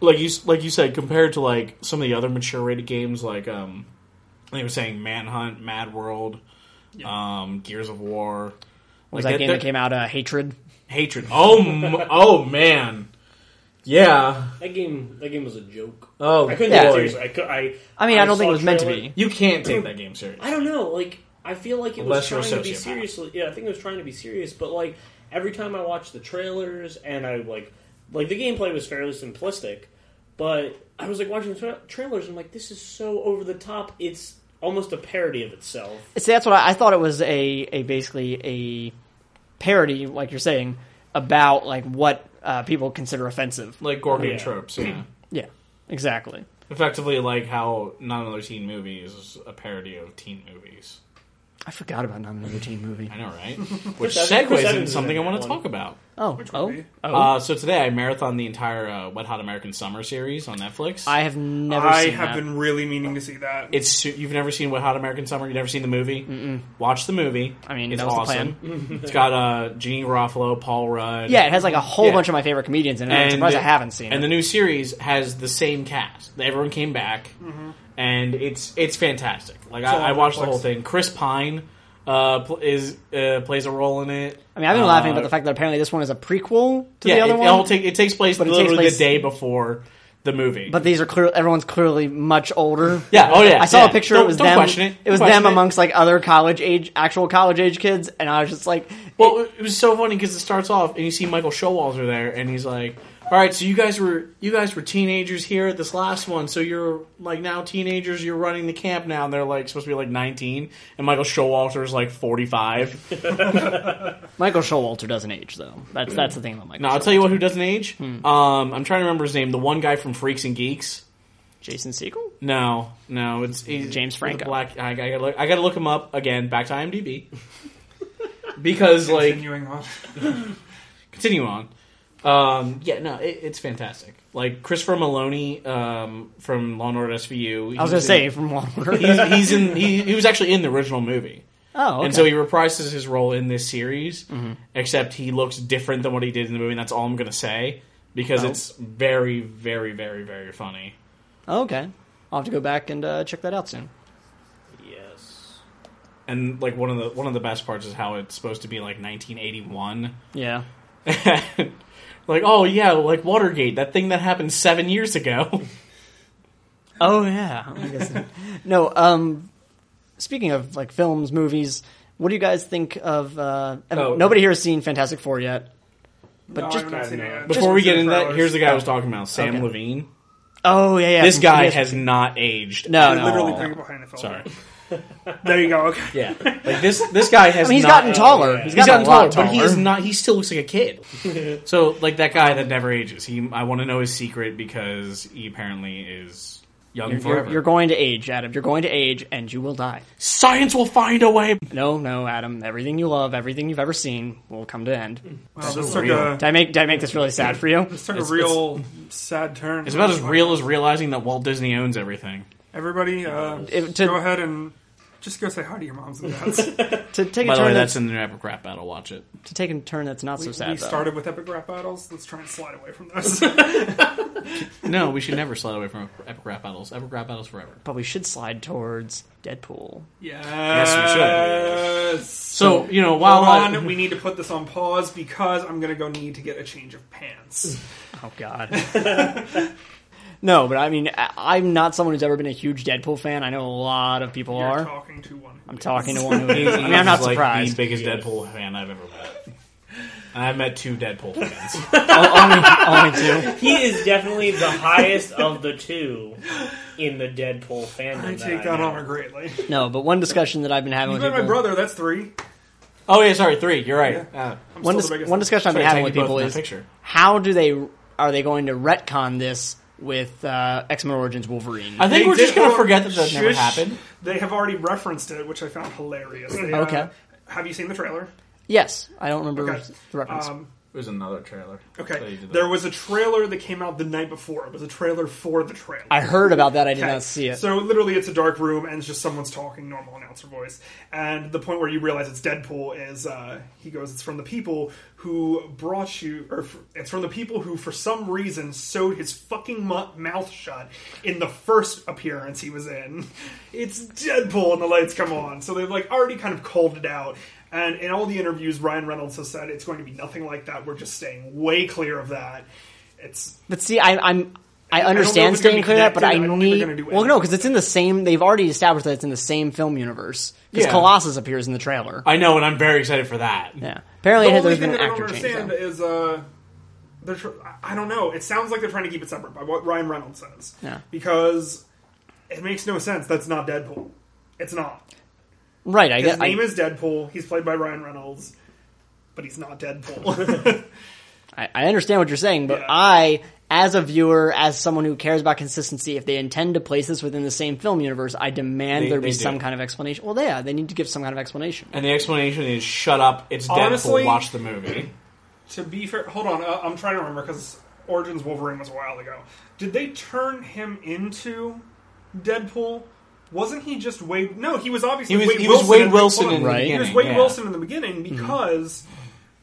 Speaker 2: Like you s- like you said, compared to like some of the other mature rated games, like um, they were saying Manhunt, Mad World, um, Gears of War,
Speaker 1: was
Speaker 2: like,
Speaker 1: that
Speaker 2: that-
Speaker 1: game
Speaker 2: that-
Speaker 1: that came out? Uh, Hatred.
Speaker 2: Hatred. Oh m- oh man, yeah.
Speaker 4: That game, that game was a joke.
Speaker 2: Oh,
Speaker 4: I couldn't
Speaker 1: Yeah.
Speaker 4: take it
Speaker 2: boy.
Speaker 4: seriously. I, cou- I,
Speaker 1: I mean, I, don't
Speaker 4: saw
Speaker 1: think it
Speaker 4: a
Speaker 1: was meant to
Speaker 4: trailer-
Speaker 1: be.
Speaker 2: You can't take that game serious.
Speaker 4: I don't know. Like, I feel like it
Speaker 2: Unless
Speaker 4: was
Speaker 2: you're a
Speaker 4: trying to be
Speaker 2: sociopath.
Speaker 4: seriously. Yeah, I think it was trying to be serious, but like every time I watched the trailers and I like, like the gameplay was fairly simplistic, but I was like watching the tra- trailers and like this is so over the top. It's almost a parody of itself.
Speaker 1: See, that's what I, I thought it was a, a basically a parody, like you're saying, about like what uh, people consider offensive.
Speaker 2: Like Gorgon
Speaker 4: Yeah.
Speaker 2: tropes. Yeah.
Speaker 1: Yeah, exactly.
Speaker 2: Effectively, like how not another teen movie is a parody of teen movies.
Speaker 1: I forgot about not another teen movie.
Speaker 2: I know, right? Which
Speaker 4: Chris Evans- Chris
Speaker 2: segues
Speaker 4: Evans
Speaker 2: into
Speaker 4: is
Speaker 2: something I
Speaker 4: in
Speaker 2: want
Speaker 4: that
Speaker 2: to
Speaker 4: one.
Speaker 2: talk about.
Speaker 1: Oh, oh,
Speaker 3: movie?
Speaker 1: oh.
Speaker 2: Uh, so today I marathon the entire uh, Wet Hot American Summer series on Netflix.
Speaker 1: I have never.
Speaker 3: I
Speaker 1: seen
Speaker 3: have
Speaker 1: that.
Speaker 3: been really meaning to see that.
Speaker 2: it's su- you've never seen Wet Hot American Summer. You've never seen the movie. Mm-mm. Watch the movie.
Speaker 1: I mean,
Speaker 2: it's
Speaker 1: that was the
Speaker 2: awesome. it's got uh, Jeannie Garofalo, Paul Rudd.
Speaker 1: Yeah, it has like a whole
Speaker 2: Yeah.
Speaker 1: bunch of my favorite comedians in it. I'm surprised
Speaker 2: the-
Speaker 1: I haven't seen it.
Speaker 2: And the new series has the same cast. Everyone came back,
Speaker 1: Mm-hmm.
Speaker 2: and it's it's fantastic. Like
Speaker 3: on
Speaker 2: I, I watched
Speaker 3: Netflix.
Speaker 2: the whole thing. Chris Pine uh, pl- is uh, plays a role in it.
Speaker 1: I mean, I've been laughing about
Speaker 2: Uh,
Speaker 1: the fact that apparently this one is a prequel to
Speaker 2: yeah,
Speaker 1: the other
Speaker 2: it,
Speaker 1: one.
Speaker 2: it'll take- it takes place
Speaker 1: But it takes
Speaker 2: literally
Speaker 1: place-
Speaker 2: the day before the movie.
Speaker 1: but these are clear. Everyone's clearly much older.
Speaker 2: yeah, oh yeah.
Speaker 1: I saw
Speaker 2: yeah.
Speaker 1: a picture.
Speaker 2: Don't-
Speaker 1: it was
Speaker 2: don't
Speaker 1: them.
Speaker 2: question it.
Speaker 1: was
Speaker 2: Don't question
Speaker 1: them amongst like other college age, actual college age kids, and I was just like,
Speaker 2: Well, it was so funny because it starts off and you see Michael Showalter there, and he's like, "All right, so you guys were you guys were teenagers here at this last one, so you're like now teenagers. You're running the camp now, and they're like supposed to be like 19, and Michael Showalter is like 45.
Speaker 1: Michael Showalter doesn't age though. That's that's the thing about Michael.
Speaker 2: Now I'll tell you what, who doesn't age?
Speaker 1: Hmm.
Speaker 2: Um, I'm trying to remember his name. The one guy from Freaks and Geeks.
Speaker 1: Jason Segel.
Speaker 2: No, no, it's he's-
Speaker 1: James
Speaker 2: he's a
Speaker 1: Franco.
Speaker 2: Black. I, I gotta look. I gotta look him up again. Back to IMDb because like
Speaker 3: Continuing on.
Speaker 2: continue on. Um, yeah, no, it, it's fantastic. Like Christopher Maloney um, from Law and Order SVU.
Speaker 1: I was gonna say from Law and Order.
Speaker 2: he's, he's in. He, he was actually in the original movie,
Speaker 1: oh, okay. Mm-hmm.
Speaker 2: and so he reprises his role in this series. Except he looks different than what he did in the movie. And that's all I'm gonna say because
Speaker 1: Oh.
Speaker 2: it's very, very, very, very funny.
Speaker 1: okay, I'll have to go back and uh, check that out soon.
Speaker 4: Yes.
Speaker 2: And like one of the one of the best parts is how it's supposed to be like 1981.
Speaker 1: Yeah,
Speaker 2: like oh yeah, like Watergate, that thing that happened seven years ago.
Speaker 1: Oh yeah. I guess it- no. Um, speaking of like films, movies, what do you guys think of? Uh, and
Speaker 2: Oh.
Speaker 1: Nobody here has seen Fantastic Four yet.
Speaker 3: But
Speaker 1: just-
Speaker 3: I've not seen it yet.
Speaker 2: Before
Speaker 3: Just
Speaker 2: we get
Speaker 3: seen
Speaker 2: into that,
Speaker 3: trailers.
Speaker 2: here's the guy I was talking about, Sam
Speaker 1: Okay.
Speaker 2: Levine.
Speaker 1: Oh yeah, yeah.
Speaker 2: This
Speaker 1: from-
Speaker 2: guy
Speaker 1: yes.
Speaker 2: has not aged.
Speaker 1: no,
Speaker 2: at
Speaker 3: I literally
Speaker 2: all.
Speaker 3: think behind the film.
Speaker 2: Oh, Sorry.
Speaker 3: There you go. Okay.
Speaker 2: Yeah, like this. This guy has.
Speaker 1: I mean, he's
Speaker 2: not
Speaker 1: gotten taller.
Speaker 4: yeah.
Speaker 1: He's
Speaker 2: He's
Speaker 1: gotten,
Speaker 2: gotten
Speaker 1: a lot taller,
Speaker 2: taller, but he is not. He still looks like a kid. so, like that guy that never ages. He. I want to know his secret because he apparently is young
Speaker 1: You're-
Speaker 2: forever.
Speaker 1: You're, you're going to age, Adam. You're going to age, and you will die.
Speaker 2: Science will find a way.
Speaker 1: No, no, Adam. Everything you love, everything you've ever seen, will come to end.
Speaker 3: Wow, this
Speaker 2: So
Speaker 3: took
Speaker 2: real.
Speaker 3: a,
Speaker 1: Did I make? Did I make this really sad for you?
Speaker 3: this took a
Speaker 2: It's-
Speaker 3: real sad turn.
Speaker 2: It's about as real as realizing that Walt Disney owns everything.
Speaker 3: Everybody, uh,
Speaker 1: If- to-
Speaker 3: go ahead and just go say hi to your moms and dads.
Speaker 1: To take a
Speaker 2: By the
Speaker 1: turn,
Speaker 2: way,
Speaker 1: that's,
Speaker 2: that's in the Epic Rap Battle. Watch it.
Speaker 1: to take a turn that's not so sad.
Speaker 3: we
Speaker 1: though.
Speaker 3: started with epic rap battles. Let's try and slide away from those.
Speaker 2: No, we should never slide away from Epic Rap Battles. Epic Rap Battles forever.
Speaker 1: but we should slide towards Deadpool.
Speaker 2: Yes,
Speaker 3: we should.
Speaker 2: So you know, while I-
Speaker 3: Hold on, we need to put this on pause because I'm gonna go need to get a change of pants.
Speaker 1: Oh God. no, but I mean, I- I'm not someone who's ever been a huge Deadpool fan. I know a lot of people
Speaker 3: You're
Speaker 1: are.
Speaker 3: talking to one.
Speaker 1: I'm talking to one who is. I mean, I'm not
Speaker 2: He's, like,
Speaker 1: surprised.
Speaker 2: the biggest
Speaker 4: Yes.
Speaker 2: Deadpool fan I've ever met. And I've met two Deadpool fans.
Speaker 1: only, only two.
Speaker 4: He is definitely the highest of the two in the Deadpool fandom.
Speaker 3: I take
Speaker 4: I
Speaker 3: that
Speaker 4: know.
Speaker 3: honor greatly.
Speaker 1: No, but one discussion that I've been having with
Speaker 3: You met my
Speaker 1: people.
Speaker 3: brother. That's three.
Speaker 2: oh yeah, sorry, three. You're right. Uh,
Speaker 1: one,
Speaker 3: I'm still
Speaker 1: dis-
Speaker 3: the biggest
Speaker 1: one discussion I've
Speaker 2: sorry,
Speaker 1: been
Speaker 2: tag
Speaker 1: having
Speaker 2: you
Speaker 1: with
Speaker 2: both
Speaker 1: people
Speaker 2: in that
Speaker 1: is
Speaker 2: picture.
Speaker 1: how do they are they going to retcon this with uh, X Men Origins Wolverine?
Speaker 2: I think we're
Speaker 3: They
Speaker 2: just
Speaker 3: did-
Speaker 2: gonna
Speaker 3: hold on.
Speaker 2: forget that that never
Speaker 3: Shush.
Speaker 2: happened.
Speaker 3: They have already referenced it, which I found hilarious. They, uh,
Speaker 1: Okay.
Speaker 3: have you seen the trailer?
Speaker 1: yes, I don't remember
Speaker 3: Okay.
Speaker 1: the reference.
Speaker 3: Um,
Speaker 2: There's another trailer.
Speaker 3: okay. There was a trailer that came out the night before. It was a trailer for the trailer.
Speaker 1: I heard about that. I did
Speaker 3: Okay.
Speaker 1: not see it.
Speaker 3: So literally, it's a dark room, and it's just someone's talking, normal announcer voice. And the point where you realize it's Deadpool is uh, he goes, "It's from the people who brought you, or f- it's from the people who, for some reason, sewed his fucking mu- mouth shut in the first appearance he was in. It's Deadpool, and the lights come on. So they've like already kind of called it out." And in all the interviews, Ryan Reynolds has said it's going to be nothing like that. We're just staying way clear of that. It's
Speaker 1: But see, I, I'm I
Speaker 3: know
Speaker 1: understand
Speaker 3: what's gonna
Speaker 1: staying
Speaker 3: be
Speaker 1: clear of that, but I,
Speaker 3: connected. I don't think
Speaker 1: need
Speaker 3: they're gonna do
Speaker 1: well, no, because it's in the same. They've already established that it's in the same film universe because
Speaker 2: Yeah.
Speaker 1: Colossus appears in the trailer.
Speaker 2: I know, and I'm very excited for that.
Speaker 1: yeah, apparently
Speaker 3: the
Speaker 1: it-
Speaker 3: only
Speaker 1: there's been
Speaker 3: thing
Speaker 1: an
Speaker 3: that I don't
Speaker 1: actor change.
Speaker 3: understand
Speaker 1: though.
Speaker 3: is uh, they're tr- I- I don't know. It sounds like they're trying to keep it separate by what Ryan Reynolds says.
Speaker 1: Yeah.
Speaker 3: Because it makes no sense. That's not Deadpool. It's not.
Speaker 1: Right, I
Speaker 3: His
Speaker 1: get. I,
Speaker 3: name is Deadpool. He's played by Ryan Reynolds, but he's not Deadpool.
Speaker 1: I, I understand what you're saying, but
Speaker 3: Yeah.
Speaker 1: I, as a viewer, as someone who cares about consistency, if they intend to place this within the same film universe, I demand
Speaker 2: They-
Speaker 1: there be
Speaker 2: they do.
Speaker 1: some kind of explanation. Well, yeah, they need to give some kind of explanation.
Speaker 2: And the explanation is shut up, it's Deadpool,
Speaker 3: Honestly-
Speaker 2: watch the movie.
Speaker 3: to be fair, hold on. Uh, I'm trying to remember because Origins Wolverine was a while ago. Did they turn him into Deadpool? Wasn't he just Wade? No, he was obviously
Speaker 2: He was,
Speaker 3: Wade
Speaker 2: he was
Speaker 3: Wilson
Speaker 2: Wade
Speaker 3: in- hold
Speaker 2: Wilson
Speaker 3: on.
Speaker 2: in the
Speaker 1: Right.
Speaker 2: beginning.
Speaker 3: He was Wade
Speaker 2: yeah. Mm-hmm.
Speaker 3: Wilson in the beginning because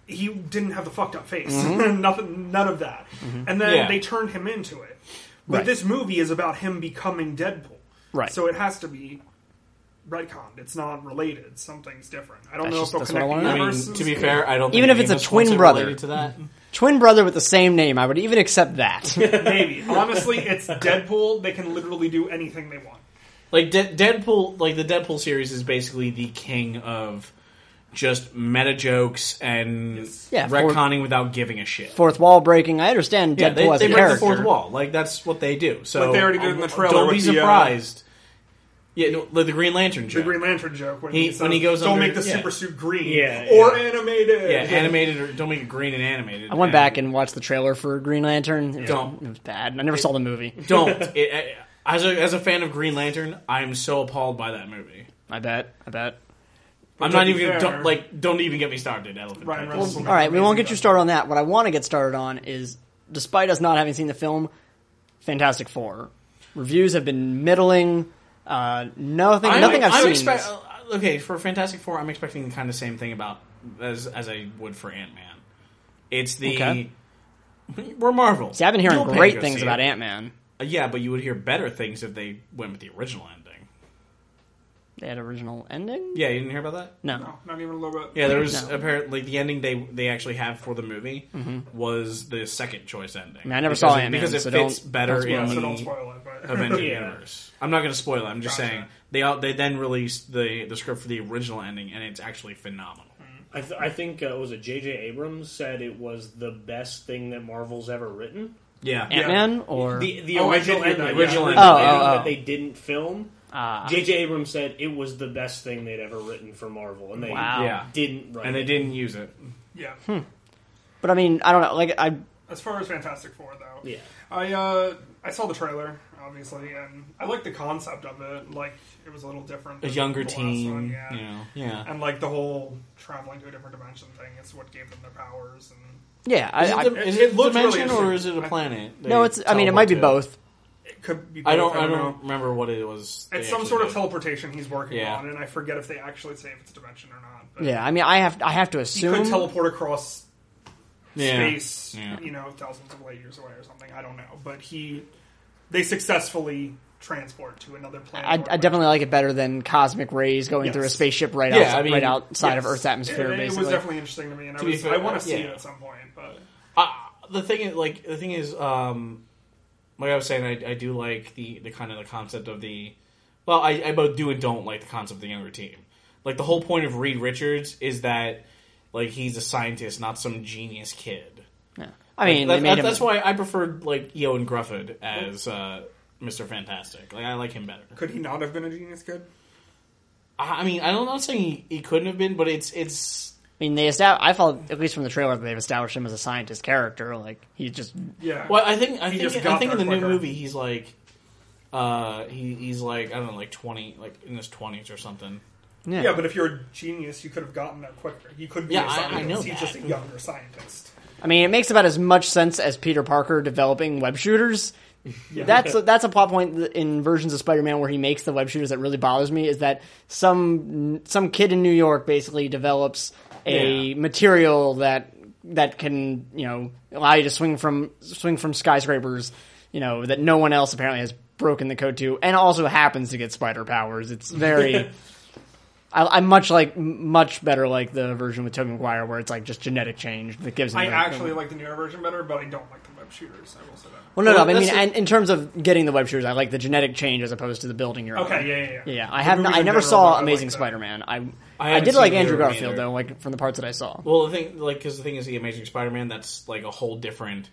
Speaker 3: he didn't have the fucked up face. Nothing, none of that. And then
Speaker 2: Mm-hmm. Yeah.
Speaker 3: they turned him into it. But
Speaker 1: Right.
Speaker 3: this movie is about him becoming Deadpool.
Speaker 1: Right.
Speaker 3: So it has to be retconned. It's not related. Something's different. I don't
Speaker 1: That's
Speaker 3: know
Speaker 1: just-
Speaker 3: if they'll
Speaker 1: that's what I
Speaker 3: connect the
Speaker 1: wanna
Speaker 2: I mean,
Speaker 3: universes.
Speaker 2: to be fair, I don't
Speaker 1: Even
Speaker 2: think
Speaker 1: if it's
Speaker 2: any of
Speaker 1: a
Speaker 2: us wants
Speaker 1: twin
Speaker 2: it
Speaker 1: brother.
Speaker 2: related to that.
Speaker 1: Twin brother with the same name, I would even accept that.
Speaker 3: Maybe. Honestly, it's Deadpool. They can literally do anything they want.
Speaker 2: Like De- Deadpool, like the Deadpool series is basically the king of just meta jokes and
Speaker 1: Yeah, for-
Speaker 2: retconning without giving a shit.
Speaker 1: fourth wall breaking. I understand Deadpool
Speaker 2: yeah, they,
Speaker 1: as
Speaker 2: they
Speaker 1: a
Speaker 2: break
Speaker 1: character.
Speaker 2: the fourth wall. Like that's what they do. So
Speaker 3: Like they already did in the trailer
Speaker 2: Don't
Speaker 3: with
Speaker 2: be
Speaker 3: the, uh,
Speaker 2: surprised. Yeah, no, like the Green Lantern joke.
Speaker 3: The Green Lantern joke when
Speaker 2: He-
Speaker 3: he, says,
Speaker 2: when he goes
Speaker 3: "Don't
Speaker 2: under-
Speaker 3: make the
Speaker 2: yeah.
Speaker 3: super suit green
Speaker 4: Yeah,
Speaker 3: or
Speaker 4: yeah.
Speaker 3: animated."
Speaker 2: yeah, animated or don't make it green and animated.
Speaker 1: I went back and watched the trailer for Green Lantern. It was,
Speaker 2: Don't.
Speaker 1: It was bad. and I never saw the movie.
Speaker 2: don't. It- I- as a as a fan of Green Lantern, I'm so appalled by that movie.
Speaker 1: I bet. I bet.
Speaker 2: I'm
Speaker 3: to
Speaker 2: not
Speaker 3: be
Speaker 2: even gonna,
Speaker 3: fair-
Speaker 2: don't, like don't even get me started. Elephant.
Speaker 3: Ryan
Speaker 2: Pit.
Speaker 3: Reynolds. will make
Speaker 1: All right, we won't
Speaker 3: amazing
Speaker 1: get you
Speaker 3: Deadpool.
Speaker 1: started on that. What I want to get started on is, despite us not having seen the film, Fantastic Four reviews have been middling. Uh, nothing.
Speaker 2: I'm,
Speaker 1: nothing I've
Speaker 2: I'm
Speaker 1: seen.
Speaker 2: expect-
Speaker 1: is-
Speaker 2: uh, okay, for Fantastic Four, I'm expecting kind of the same thing about as as I would for Ant Man. It's the
Speaker 1: Okay.
Speaker 2: we're Marvel.
Speaker 1: See, I've been hearing
Speaker 2: You'll pay to
Speaker 1: great
Speaker 2: go
Speaker 1: things
Speaker 2: see
Speaker 1: about
Speaker 2: it.
Speaker 1: Ant Man.
Speaker 2: Uh, Yeah, but you would hear better things if they went with the original ending.
Speaker 1: They had original ending.
Speaker 2: Yeah, you didn't hear about that.
Speaker 1: No.
Speaker 3: No, not even a little bit.
Speaker 2: Yeah, there was
Speaker 1: No.
Speaker 2: apparently the ending they they actually have for the movie was the second choice ending.
Speaker 1: mean, Mm-hmm. I never
Speaker 2: because
Speaker 1: saw
Speaker 2: it,
Speaker 1: Ant-Man,
Speaker 2: because it
Speaker 1: so
Speaker 2: fits
Speaker 1: don't-
Speaker 2: better
Speaker 1: don't spoil
Speaker 2: in
Speaker 1: it.
Speaker 3: So
Speaker 2: the
Speaker 3: don't spoil it. But
Speaker 2: Avengers
Speaker 4: Yeah.
Speaker 2: universe. I'm not going to spoil it. I'm just
Speaker 3: Gotcha.
Speaker 2: saying they all, they then released the the script for the original ending, and it's actually phenomenal.
Speaker 4: I, th- I think uh, was it J.J. Abrams said it was the best thing that Marvel's ever written.
Speaker 2: Yeah,
Speaker 1: Ant Man or
Speaker 4: The the
Speaker 3: Oh, I did
Speaker 4: original
Speaker 3: hear
Speaker 4: end,
Speaker 3: that,
Speaker 4: the
Speaker 3: yeah.
Speaker 4: original
Speaker 2: Oh,
Speaker 4: ending
Speaker 1: oh, oh.
Speaker 4: that they didn't film.
Speaker 1: Ah.
Speaker 4: J.J. Abrams said it was the best thing they'd ever written for Marvel, and they
Speaker 1: Wow.
Speaker 2: Yeah.
Speaker 4: didn't write.
Speaker 2: and they
Speaker 4: it.
Speaker 2: didn't use it.
Speaker 3: yeah.
Speaker 2: Hmm.
Speaker 1: But I mean, I don't know. Like I.
Speaker 3: As far as Fantastic Four, though,
Speaker 4: Yeah.
Speaker 3: I uh, I saw the trailer obviously, and I liked the concept of it. Like it was a little different.
Speaker 2: A
Speaker 3: than
Speaker 2: younger
Speaker 3: the last
Speaker 2: team,
Speaker 3: one,
Speaker 2: you know, yeah.
Speaker 3: and like the whole traveling to a different dimension thing is what gave them their powers. And
Speaker 1: Yeah. I,
Speaker 2: Is
Speaker 1: I,
Speaker 2: it, the, is
Speaker 3: it
Speaker 2: it the
Speaker 3: looked really
Speaker 2: dimension or
Speaker 3: interesting.
Speaker 2: is it a
Speaker 3: I-
Speaker 2: planet?
Speaker 1: no,
Speaker 2: they
Speaker 1: it's. I mean, it might be
Speaker 2: teleport
Speaker 1: both.
Speaker 3: it could be.
Speaker 2: to? I
Speaker 3: both,
Speaker 2: don't. I
Speaker 3: know.
Speaker 2: don't remember what it was. they
Speaker 3: It's some
Speaker 2: actually
Speaker 3: sort of
Speaker 2: did.
Speaker 3: teleportation he's working
Speaker 2: Yeah.
Speaker 3: on, and I forget if they actually say if it's dimension or not. But
Speaker 1: Yeah. I mean, I have. I have to
Speaker 3: he
Speaker 1: assume.
Speaker 3: could teleport across
Speaker 2: Yeah.
Speaker 3: space,
Speaker 2: Yeah.
Speaker 3: you know, thousands of light years away or something. I don't know, but he they successfully transport to another planet.
Speaker 1: I,
Speaker 3: or
Speaker 1: I definitely like it better than cosmic rays going through a
Speaker 3: Yes.
Speaker 1: spaceship right,
Speaker 2: Yeah,
Speaker 1: outside,
Speaker 2: I mean,
Speaker 1: right outside of
Speaker 3: yes.
Speaker 1: Earth's atmosphere.
Speaker 3: whatever. It, it
Speaker 1: basically,
Speaker 3: was definitely interesting to me, and I,
Speaker 2: be
Speaker 3: was,
Speaker 2: fair,
Speaker 3: I want
Speaker 2: uh,
Speaker 3: to see
Speaker 2: yeah.
Speaker 3: it at some point. But
Speaker 2: Uh, the thing is, like the thing is, um, like I was saying, I, I do like the the kind of the concept of the. Well, I, I both do and don't like the concept of the younger team. Like the whole point of Reed Richards is that like he's a scientist, not some genius kid.
Speaker 1: Yeah. I mean,
Speaker 2: That-
Speaker 1: they made
Speaker 2: that-
Speaker 1: him.
Speaker 2: That's why I preferred like Eoin Grufford as uh, Mister Fantastic. Like I like him better.
Speaker 3: Could he not have been a genius kid?
Speaker 2: I I mean, I don't, I'm not saying he, he couldn't have been, but it's it's
Speaker 1: I mean, they estab- I felt at least from the trailer that they've established him as a scientist character. Like he just
Speaker 3: Yeah.
Speaker 2: Well, I think I
Speaker 3: He just
Speaker 2: think
Speaker 3: got
Speaker 2: I think in the
Speaker 3: there
Speaker 2: new
Speaker 3: quicker.
Speaker 2: movie he's like, uh, he he's like I don't know, like twenty, like in his twenties or something.
Speaker 1: yeah.
Speaker 3: Yeah, but if you're a genius, you could have gotten that quicker. You could be
Speaker 2: Yeah,
Speaker 3: a
Speaker 2: I- I
Speaker 3: scientist.
Speaker 2: know
Speaker 3: He's
Speaker 2: that.
Speaker 3: just a younger scientist.
Speaker 1: I mean, it makes about as much sense as Peter Parker developing web shooters. That's a, that's a plot point in versions of Spider-Man where he makes the web shooters that really bothers me is that some some kid in New York basically develops a
Speaker 2: Yeah.
Speaker 1: material that that can you know allow you to swing from swing from skyscrapers, you know that no one else apparently has broken the code to, and also happens to get spider powers. It's very. I, I'm much like much better like the version with Tobey Maguire where it's like just genetic change that gives. him
Speaker 3: I
Speaker 1: the-
Speaker 3: actually like the newer version better, but I don't like the web shooters. I will say that.
Speaker 1: well, no,
Speaker 2: Well,
Speaker 1: no. I mean,
Speaker 2: that's-
Speaker 1: and in terms of getting the web shooters, I like the genetic change as opposed to the building your own.
Speaker 3: Okay, yeah, yeah, yeah.
Speaker 1: Yeah, I
Speaker 3: The
Speaker 1: have.
Speaker 3: movies
Speaker 1: Not, I
Speaker 3: in
Speaker 1: never
Speaker 3: general, I
Speaker 1: saw
Speaker 3: like
Speaker 1: Amazing
Speaker 3: that.
Speaker 1: Spider-Man. I
Speaker 2: I
Speaker 1: I,
Speaker 2: haven't
Speaker 1: did like
Speaker 2: seen
Speaker 1: Andrew
Speaker 2: either of them
Speaker 1: Garfield
Speaker 2: either.
Speaker 1: though, like from the parts that I saw.
Speaker 2: Well, I think like because the thing is, the Amazing Spider-Man that's like a whole different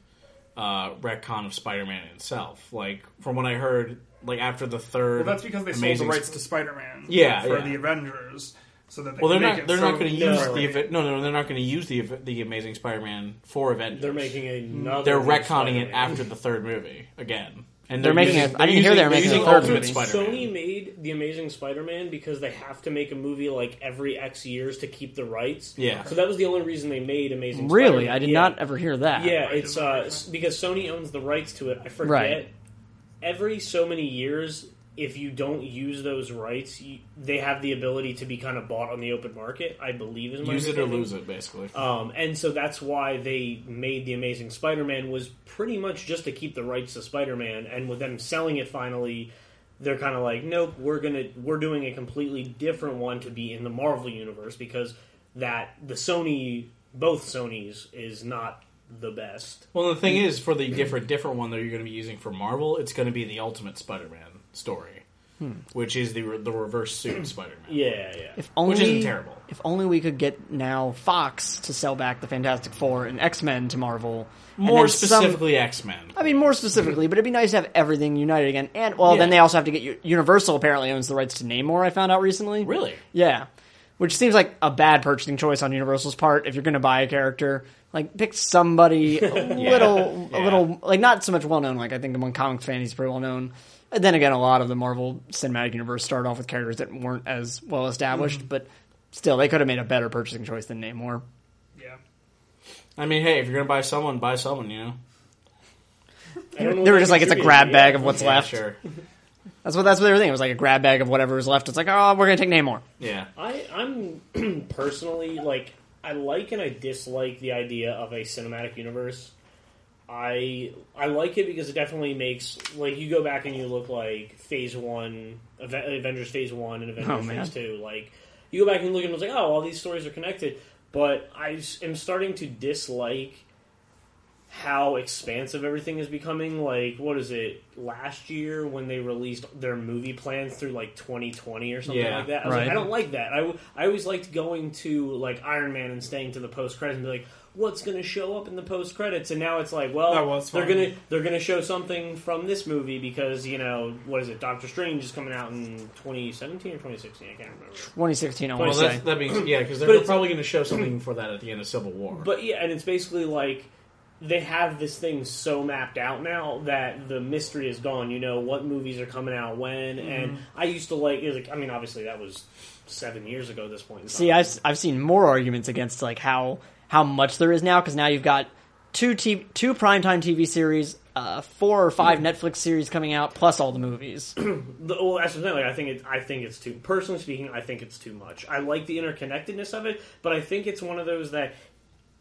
Speaker 2: uh, retcon of Spider-Man itself. Like from what I heard, like after the third,
Speaker 3: Well, that's because they
Speaker 2: Amazing
Speaker 3: sold the rights
Speaker 2: Sp-
Speaker 3: to Spider-Man.
Speaker 2: Yeah,
Speaker 3: for
Speaker 2: yeah.
Speaker 3: the Avengers, so that they
Speaker 2: well, they're
Speaker 3: can
Speaker 2: not
Speaker 3: make it
Speaker 2: they're
Speaker 3: so
Speaker 2: not going to
Speaker 3: no.
Speaker 2: use the the no no they're not going to use the the Amazing Spider-Man for Avengers.
Speaker 4: They're making another.
Speaker 2: they're
Speaker 4: new
Speaker 2: retconning it
Speaker 4: Spider-Man.
Speaker 2: after the third movie again. And
Speaker 1: They're making
Speaker 2: using-
Speaker 1: a- I didn't hear
Speaker 2: using-
Speaker 1: they were making a
Speaker 2: using
Speaker 1: third
Speaker 2: Ultimate
Speaker 1: movie.
Speaker 2: Spider-Man.
Speaker 4: Sony made the Amazing Spider-Man because they have to make a movie like every X years to keep the rights.
Speaker 2: Yeah.
Speaker 4: So that was the only reason they made Amazing.
Speaker 1: Really,
Speaker 4: Spider-Man.
Speaker 1: I did
Speaker 4: Yeah.
Speaker 1: not ever hear that.
Speaker 4: Yeah, it's uh, s- because Sony owns the rights to it. I forget.
Speaker 1: Right.
Speaker 4: Every so many years, if you don't use those rights, you, they have the ability to be kind of bought on the open market. I believe is my
Speaker 2: Use it or
Speaker 4: understanding.
Speaker 2: lose it, basically.
Speaker 4: Um, and so that's why they made the Amazing Spider-Man was pretty much just to keep the rights to Spider-Man, and with them selling it finally, they're kind of like, nope, we're gonna we're doing a completely different one to be in the Marvel universe because that the Sony both Sony's is not the best.
Speaker 2: Well, the thing is, for the different different one that you're going to be using for Marvel, it's going to be the Ultimate Spider-Man story, which is the re- the reverse suit Spider-Man.
Speaker 4: Yeah, yeah.
Speaker 1: If only,
Speaker 2: isn't terrible.
Speaker 1: If only we could get now Fox to sell back the Fantastic Four and X Men to Marvel. and
Speaker 2: More
Speaker 1: then some-
Speaker 2: specifically, X Men.
Speaker 1: I mean, more specifically, but it'd be nice to have everything united again. And well, then
Speaker 2: Yeah.
Speaker 1: they also have to get U- Universal. Apparently, owns the rights to Namor. I found out recently.
Speaker 2: Really?
Speaker 1: Yeah, which seems like a bad purchasing choice on Universal's part. If you're going to buy a character, like pick somebody a little, a
Speaker 2: Yeah.
Speaker 1: little, like not so much well known. Like I think among comic fans, he's pretty well known. And then again, a lot of the Marvel Cinematic Universe started off with characters that weren't as well established,
Speaker 2: Hmm.
Speaker 1: but still, they could have made a better purchasing choice than Namor.
Speaker 3: Yeah.
Speaker 2: I mean, hey, if you're going to buy someone, buy someone. You know,
Speaker 4: I don't know
Speaker 1: They were
Speaker 4: if
Speaker 1: just
Speaker 4: they
Speaker 1: like, it's a
Speaker 4: contributed,
Speaker 1: grab
Speaker 4: yeah.
Speaker 1: bag of what's
Speaker 2: Yeah,
Speaker 1: left.
Speaker 2: Sure.
Speaker 1: That's what that's what they were thinking. It was like a grab bag of whatever was left. It's like, oh, we're gonna take Namor.
Speaker 2: Yeah.
Speaker 4: I, I'm personally like I like and I dislike the idea of a cinematic universe. I I like it because it definitely makes like you go back and you look like Phase One, Aven- Avengers Phase One, and Avengers
Speaker 1: Oh, man.
Speaker 4: Phase Two. Like you go back and look and it's like oh all these stories are connected. But I s- am starting to dislike how expansive everything is becoming. Like, what is it? Last year when they released their movie plans through like 2020 or something
Speaker 2: Yeah,
Speaker 4: like that. I was
Speaker 1: right.
Speaker 4: like, I don't like that. I, w- I always liked going to like Iron Man and staying to the post credits and be like, what's going to show up in the post credits? And now it's like,
Speaker 3: That
Speaker 4: well,
Speaker 3: was
Speaker 4: they're
Speaker 3: fun.
Speaker 4: going to they're going to show something from this movie because you know what is it? Doctor Strange is coming out in 2017 or 2016. I can't remember.
Speaker 1: 2016, I want
Speaker 2: Well,
Speaker 1: to
Speaker 2: that's,
Speaker 1: say.
Speaker 2: that means yeah, because
Speaker 4: But
Speaker 2: they're
Speaker 4: it's-
Speaker 2: probably going to show something for that at the end of Civil War.
Speaker 4: But yeah, and it's basically like they have this thing so mapped out now that the mystery is gone. You know what movies are coming out when, and
Speaker 1: Mm-hmm.
Speaker 4: I used to like. It was like I mean, obviously that was seven years ago at this point. in time.
Speaker 1: See, I've I've seen more arguments against like how how much there is now because now you've got two t- two primetime TV series, uh, four or five Netflix series coming out, plus all the movies.
Speaker 4: The- well, that's what I'm saying. Like, I think it, I think it's too. Personally speaking, I think it's too much. I like the interconnectedness of it, but I think it's one of those that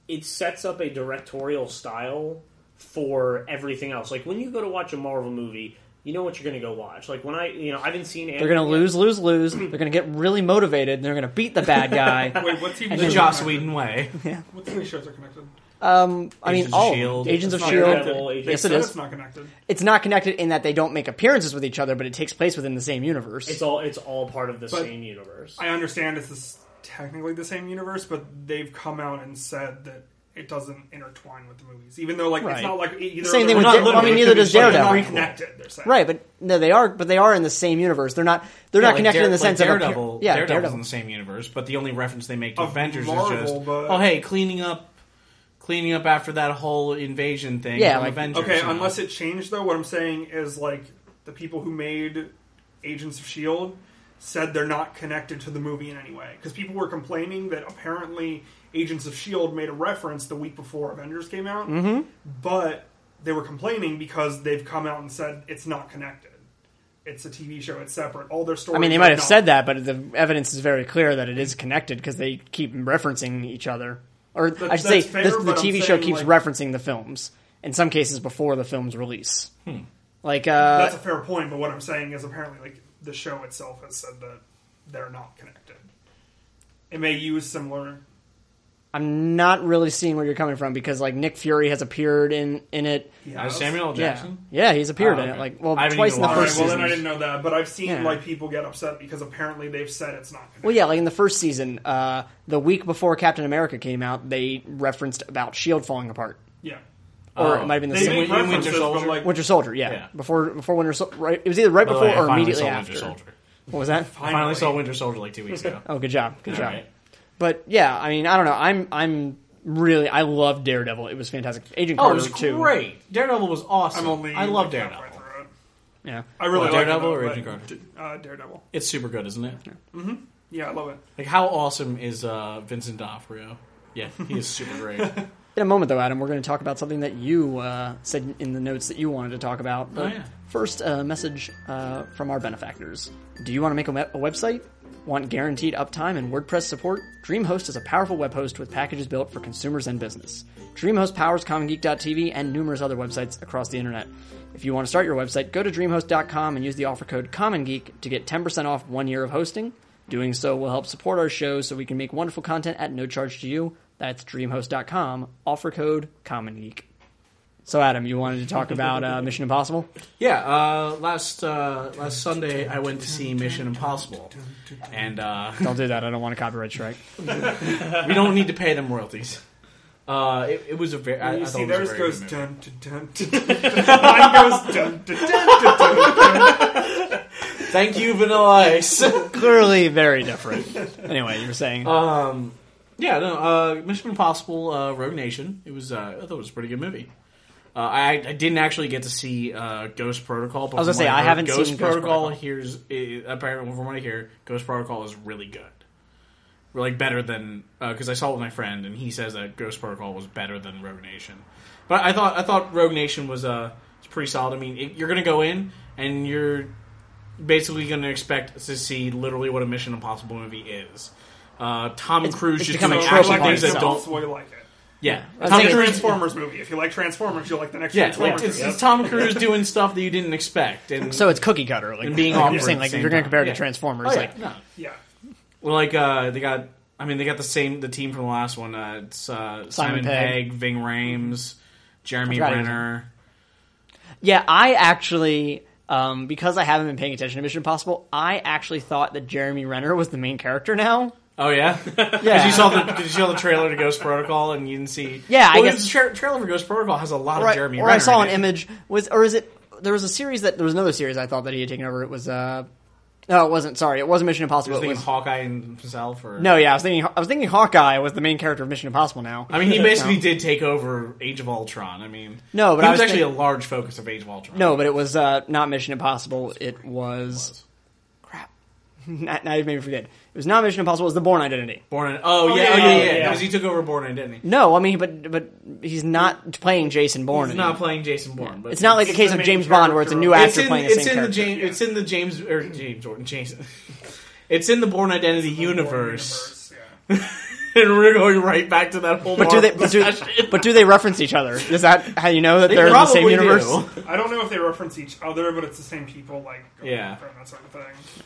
Speaker 4: it sets up a directorial style for everything else. Like when you go to watch a Marvel movie, you know what you're going to go watch. Like when I, you know, I haven't seen.
Speaker 1: They're gonna lose, lose, lose. They're gonna get really motivated. and They're gonna beat the bad guy.
Speaker 3: Wait, what TV?
Speaker 2: the
Speaker 3: shows
Speaker 2: Joss
Speaker 3: are
Speaker 2: Whedon way.
Speaker 3: connected? What TV shows are connected?
Speaker 1: Um, I mean,
Speaker 2: Agents of
Speaker 1: all
Speaker 2: S.H.I.E.L.D..
Speaker 1: Agents of
Speaker 3: It's not
Speaker 1: Shield.
Speaker 3: connected.
Speaker 4: Daredevil, Agents
Speaker 1: E
Speaker 4: of
Speaker 3: They
Speaker 1: Yes, it
Speaker 3: said
Speaker 1: is.
Speaker 3: It's not connected.
Speaker 1: It's not connected in that they don't make appearances with each other, but it takes place within the same universe.
Speaker 4: It's all it's all part of the
Speaker 3: But
Speaker 4: same universe.
Speaker 3: I understand it's this technically the same universe, but they've come out and said that it doesn't intertwine with the movies, even though like
Speaker 2: Right.
Speaker 3: it's not like e- either.
Speaker 1: Same
Speaker 3: of
Speaker 1: thing
Speaker 3: them-
Speaker 1: with
Speaker 3: they're
Speaker 2: Da-
Speaker 3: not
Speaker 2: well, I mean,
Speaker 3: literally-
Speaker 2: neither
Speaker 1: does
Speaker 3: they're not
Speaker 1: Daredevil.
Speaker 3: connected. They're saying
Speaker 1: Right, but no, they are, but they are in the same universe. They're not. They're not
Speaker 2: like
Speaker 1: connected
Speaker 2: Dare-
Speaker 1: in the
Speaker 2: like
Speaker 1: sense of a,
Speaker 2: Daredevil.
Speaker 1: pure- yeah,
Speaker 2: Daredevil's
Speaker 1: Daredevil.
Speaker 2: in the same universe, but the only reference they make to
Speaker 3: Of
Speaker 2: Avengers
Speaker 3: Marvel,
Speaker 2: is just,
Speaker 3: but-
Speaker 2: oh hey, cleaning up, cleaning up after that whole invasion thing.
Speaker 1: Yeah,
Speaker 2: from
Speaker 1: like-
Speaker 2: Avengers.
Speaker 3: Okay,
Speaker 2: you know?
Speaker 3: unless it changed though. What I'm saying is like the people who made Agents of Shield E said they're not connected to the movie in any way because people were complaining that apparently Agents of Shield E made a reference the week before Avengers came out,
Speaker 1: Mm-hmm.
Speaker 3: but they were complaining because they've come out and said it's not connected. It's a TV show. It's separate. All their stories.
Speaker 1: I mean, they might
Speaker 3: are
Speaker 1: have
Speaker 3: not-
Speaker 1: said that, but the evidence is very clear that it is connected because they keep referencing each other. Or I should say,
Speaker 3: that's fair,
Speaker 1: the, the
Speaker 3: but I'm
Speaker 1: TV show
Speaker 3: saying,
Speaker 1: keeps
Speaker 3: like-
Speaker 1: referencing the films. In some cases, before the film's release. Like,
Speaker 3: Hmm. That's
Speaker 1: uh,
Speaker 3: a fair point, but what I'm saying is apparently like the show itself has said that they're not connected. It may use similar
Speaker 1: I'm not really seeing where you're coming from because, like, Nick Fury has appeared in in it.
Speaker 2: Uh, Samuel L.
Speaker 1: Yeah,
Speaker 2: Jackson.
Speaker 1: yeah, he's appeared
Speaker 2: Oh,
Speaker 1: in it.
Speaker 2: okay.
Speaker 1: Like, well,
Speaker 2: I haven't
Speaker 1: twice in
Speaker 2: even
Speaker 1: the
Speaker 2: watched
Speaker 1: first
Speaker 2: it.
Speaker 3: All right, well,
Speaker 1: season.
Speaker 3: then I didn't know that, but I've seen
Speaker 1: Yeah.
Speaker 3: like people get upset because apparently they've said it's not. Connected.
Speaker 1: Well, yeah, like in the first season, uh, the week before Captain America came out, they referenced about Shield falling apart,
Speaker 3: yeah,
Speaker 1: or
Speaker 2: Oh.
Speaker 1: it might have been the
Speaker 3: they
Speaker 1: same
Speaker 3: make
Speaker 2: Winter
Speaker 3: references, but
Speaker 2: Soldier?
Speaker 3: like
Speaker 1: Winter Soldier. Yeah,
Speaker 2: Yeah.
Speaker 1: before before Winter Soldier. Right, it was either right
Speaker 2: By the
Speaker 1: before
Speaker 2: way, I
Speaker 1: or
Speaker 2: Oh, finally
Speaker 1: immediately
Speaker 2: saw
Speaker 1: after.
Speaker 2: Winter Soldier.
Speaker 1: What was that?
Speaker 2: I finally saw Winter Soldier like two weeks ago.
Speaker 1: Oh, good job, good job.
Speaker 2: Alright.
Speaker 1: But yeah, I mean, I don't know. I'm I'm really I love Daredevil. It was fantastic. Agent
Speaker 2: Oh, it
Speaker 1: Carter
Speaker 2: was
Speaker 1: too.
Speaker 2: great. Daredevil was awesome.
Speaker 3: I'm only.
Speaker 2: I love
Speaker 3: like, halfway
Speaker 2: Daredevil.
Speaker 3: through it.
Speaker 1: Yeah,
Speaker 3: I really
Speaker 2: What,
Speaker 3: like
Speaker 2: Daredevil
Speaker 3: it,
Speaker 2: or
Speaker 3: but-
Speaker 2: Agent Carter?
Speaker 3: Uh, Daredevil.
Speaker 2: It's super good, isn't it?
Speaker 3: Yeah, I love it.
Speaker 2: Like how awesome is uh, Vincent D'Onofrio? Yeah, he is super great.
Speaker 1: In a moment, though, Adam, we're going to talk about something that you uh, said in the notes that you wanted to talk about. But
Speaker 2: Oh, yeah.
Speaker 1: first, a message uh, from our benefactors. Do you want to make a, web- a website? Want guaranteed uptime and WordPress support? DreamHost is a powerful web host with packages built for consumers and business. DreamHost powers CommonGeek.tv and numerous other websites across the internet. If you want to start your website, go to DreamHost.com and use the offer code CommonGeek to get 10% off one year of hosting. Doing so will help support our show so we can make wonderful content at no charge to you. That's dreamhost.com. Offer code Common Geek. So, Adam, you wanted to talk about uh, Mission Impossible?
Speaker 2: Yeah, uh, last uh, last Sunday I went to see Mission Impossible, and uh,
Speaker 1: Don't do that. I don't want a copyright strike.
Speaker 2: we don't need to pay them royalties. Uh, it, it was a very. I,
Speaker 3: you
Speaker 2: I thought
Speaker 3: see,
Speaker 2: it was a
Speaker 3: theirs
Speaker 2: very
Speaker 3: goes
Speaker 2: good movie.
Speaker 3: dun dun dun. dun, dun. Mine goes dun dun dun dun. dun, dun.
Speaker 2: Thank you, Vanilla Ice.
Speaker 1: Clearly, very different. Anyway, you were saying
Speaker 2: um, yeah, no. Uh, Mission Impossible: uh, Rogue Nation. It was. Uh, I thought it was a pretty good movie. Uh, I, I didn't actually get to see uh, Ghost Protocol. But
Speaker 1: I was gonna
Speaker 2: from
Speaker 1: say,
Speaker 2: what
Speaker 1: I
Speaker 2: heard,
Speaker 1: haven't
Speaker 2: Ghost
Speaker 1: seen Ghost
Speaker 2: Protocol.
Speaker 1: Protocol.
Speaker 2: Here's i apparently from what I hear, Ghost Protocol is really good. Like better than because I saw it with my friend, and he says that Ghost Protocol was better than Rogue Nation. But I thought I thought Rogue Nation was uh, it's pretty solid. I mean, it, you're gonna go in and you're basically going to expect to see literally what a Mission Impossible movie is. Uh, Tom Cruise
Speaker 1: it's
Speaker 2: just
Speaker 1: become a
Speaker 2: doing
Speaker 1: trope
Speaker 2: action
Speaker 1: upon
Speaker 2: things that
Speaker 1: itself.
Speaker 3: That's
Speaker 2: don't.
Speaker 3: why you like it.
Speaker 2: Yeah,
Speaker 1: I
Speaker 2: Tom
Speaker 1: think
Speaker 3: It's a
Speaker 1: it's-
Speaker 2: Cruise.
Speaker 3: Transformers movie. If you like Transformers, you'll like the next
Speaker 2: Yeah, like,
Speaker 3: Transformers
Speaker 2: it's,
Speaker 3: movie.
Speaker 2: it's Tom Cruise doing stuff that you didn't expect, and
Speaker 1: so. It's cookie cutter, like
Speaker 2: And being
Speaker 1: like
Speaker 2: awkward
Speaker 1: you're saying,
Speaker 2: at
Speaker 1: like
Speaker 2: the
Speaker 1: if you're
Speaker 2: same
Speaker 1: going
Speaker 2: time.
Speaker 1: to compare it
Speaker 2: Yeah.
Speaker 1: to Transformers,
Speaker 2: Oh, yeah,
Speaker 1: like
Speaker 2: no.
Speaker 3: yeah.
Speaker 2: Well, like uh, they got. I mean, they got the same the team from the last one. Uh, it's uh, Simon,
Speaker 1: Pegg.
Speaker 2: Pegg, Ving Rhames, Jeremy
Speaker 1: forgot he was
Speaker 2: Renner.
Speaker 1: yeah, I actually. Um, because I haven't been paying attention to Mission Impossible, I actually thought that Jeremy Renner was the main character now.
Speaker 2: Oh yeah, because
Speaker 1: Yeah,
Speaker 2: you saw the 'cause you saw the trailer to Ghost Protocol and you didn't see.
Speaker 1: Yeah, I
Speaker 2: Well,
Speaker 1: guess-
Speaker 2: the tra- trailer for Ghost Protocol has a lot
Speaker 1: or,
Speaker 2: of
Speaker 1: I,
Speaker 2: Jeremy.
Speaker 1: or I
Speaker 2: Renner
Speaker 1: saw
Speaker 2: in
Speaker 1: an
Speaker 2: it.
Speaker 1: image was, or is it? There was a series that there was another series I thought that he had taken over. It was uh, no, it wasn't. Sorry, it wasn't Mission
Speaker 2: I
Speaker 1: Impossible.
Speaker 2: was
Speaker 1: It
Speaker 2: thinking
Speaker 1: was,
Speaker 2: Hawkeye and himself, or
Speaker 1: no, yeah, I was thinking I was thinking Hawkeye was the main character of Mission Impossible now.
Speaker 2: I mean, he basically did take over Age of Ultron. I mean,
Speaker 1: No, but
Speaker 2: he
Speaker 1: I
Speaker 2: was,
Speaker 1: was
Speaker 2: actually
Speaker 1: think-
Speaker 2: a large focus of Age of Ultron.
Speaker 1: No, but it was uh, not Mission Impossible. It was crap. now now you've made me forget. It was not Mission Impossible. It was the Born Identity.
Speaker 2: Born. Oh, yeah,
Speaker 3: yeah,
Speaker 2: oh, yeah,
Speaker 3: yeah,
Speaker 2: yeah,
Speaker 3: yeah.
Speaker 2: because he took over Born Identity.
Speaker 1: No, I mean, but but he's not playing Jason Bourne.
Speaker 2: He's
Speaker 1: anymore.
Speaker 2: not playing Jason Bourne, but
Speaker 1: it's not like the
Speaker 3: He's
Speaker 1: case
Speaker 3: the
Speaker 1: of
Speaker 3: main
Speaker 1: James Bond where it's a new
Speaker 3: character.
Speaker 1: actor
Speaker 2: it's in
Speaker 1: playing the
Speaker 2: it's
Speaker 1: same
Speaker 2: in the
Speaker 1: character.
Speaker 2: James it's in the James or James Jordan Jason. It's in the Born Identity universe,
Speaker 3: Universe, yeah.
Speaker 2: and we're going right back to that whole.
Speaker 1: but do they
Speaker 2: Marvel
Speaker 1: but do,
Speaker 2: discussion.
Speaker 1: but do they reference each other? Is that how you know that
Speaker 2: They
Speaker 1: are in the same
Speaker 2: probably do.
Speaker 1: universe?
Speaker 3: I don't know if they reference each other, but it's the same people, like going
Speaker 2: Yeah.
Speaker 3: from that sort of thing.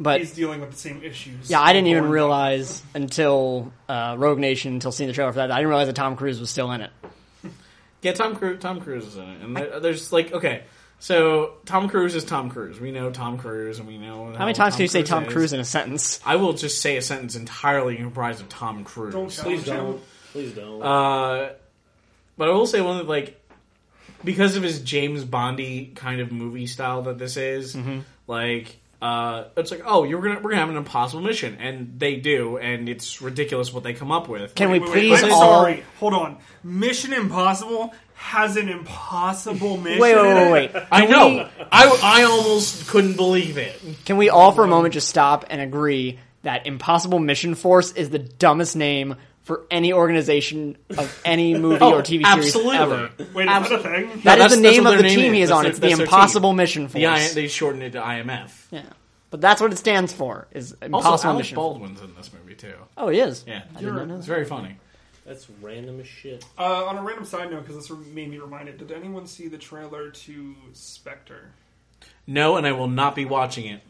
Speaker 1: But
Speaker 3: He's dealing with the same issues.
Speaker 1: Yeah, I didn't even
Speaker 3: Born-
Speaker 1: realize until uh, Rogue Nation, until seeing the trailer for that, I didn't realize that Tom Cruise was still in it.
Speaker 2: Yeah, Tom Cruise. Tom Cruise is in it, and there- there's like okay, So Tom Cruise is Tom Cruise. We know Tom Cruise, and we know
Speaker 1: How many times can you say Tom Cruise in a sentence?
Speaker 2: I will just say a sentence entirely comprised of Tom Cruise.
Speaker 4: Please don't. Please don't.
Speaker 2: Uh, but I will say one that like because of his James Bondy kind of movie style that this is,
Speaker 1: Mm-hmm.
Speaker 2: like uh, it's like oh you're gonna we're gonna have an impossible mission, and they do, and it's ridiculous what they come up with.
Speaker 1: Can we
Speaker 3: Wait, wait,
Speaker 1: please
Speaker 3: I'm
Speaker 1: all?
Speaker 3: sorry. Hold on. Mission Impossible has an impossible mission.
Speaker 1: Wait, wait,
Speaker 3: in
Speaker 1: wait, wait.
Speaker 3: it?
Speaker 1: wait.
Speaker 2: I know. I, I almost couldn't believe it.
Speaker 1: Can we all for a moment just stop and agree that Impossible Mission Force is the dumbest name for any organization of any movie or TV series
Speaker 2: Oh, Absolutely.
Speaker 1: ever?
Speaker 3: Wait, is that a thing?
Speaker 1: Um, That is
Speaker 2: that's-
Speaker 1: the
Speaker 2: that's
Speaker 1: name
Speaker 2: what
Speaker 1: of the
Speaker 2: their name
Speaker 1: team he
Speaker 2: is.
Speaker 1: is on.
Speaker 2: That's
Speaker 1: It's the
Speaker 2: their- that's their team.
Speaker 1: Impossible Mission Force.
Speaker 2: The I, they shortened it to IMF.
Speaker 1: yeah. But that's what it stands for. Is Impossible
Speaker 2: also, Alec
Speaker 1: Mission.
Speaker 2: Baldwin's in this movie too.
Speaker 1: Oh, he is.
Speaker 2: Yeah,
Speaker 1: I did not know.
Speaker 2: it's very funny.
Speaker 4: That's random as shit.
Speaker 3: Uh, on a random side note, because this made me reminded, did anyone see the trailer to Spectre?
Speaker 2: No, and I will not be watching it.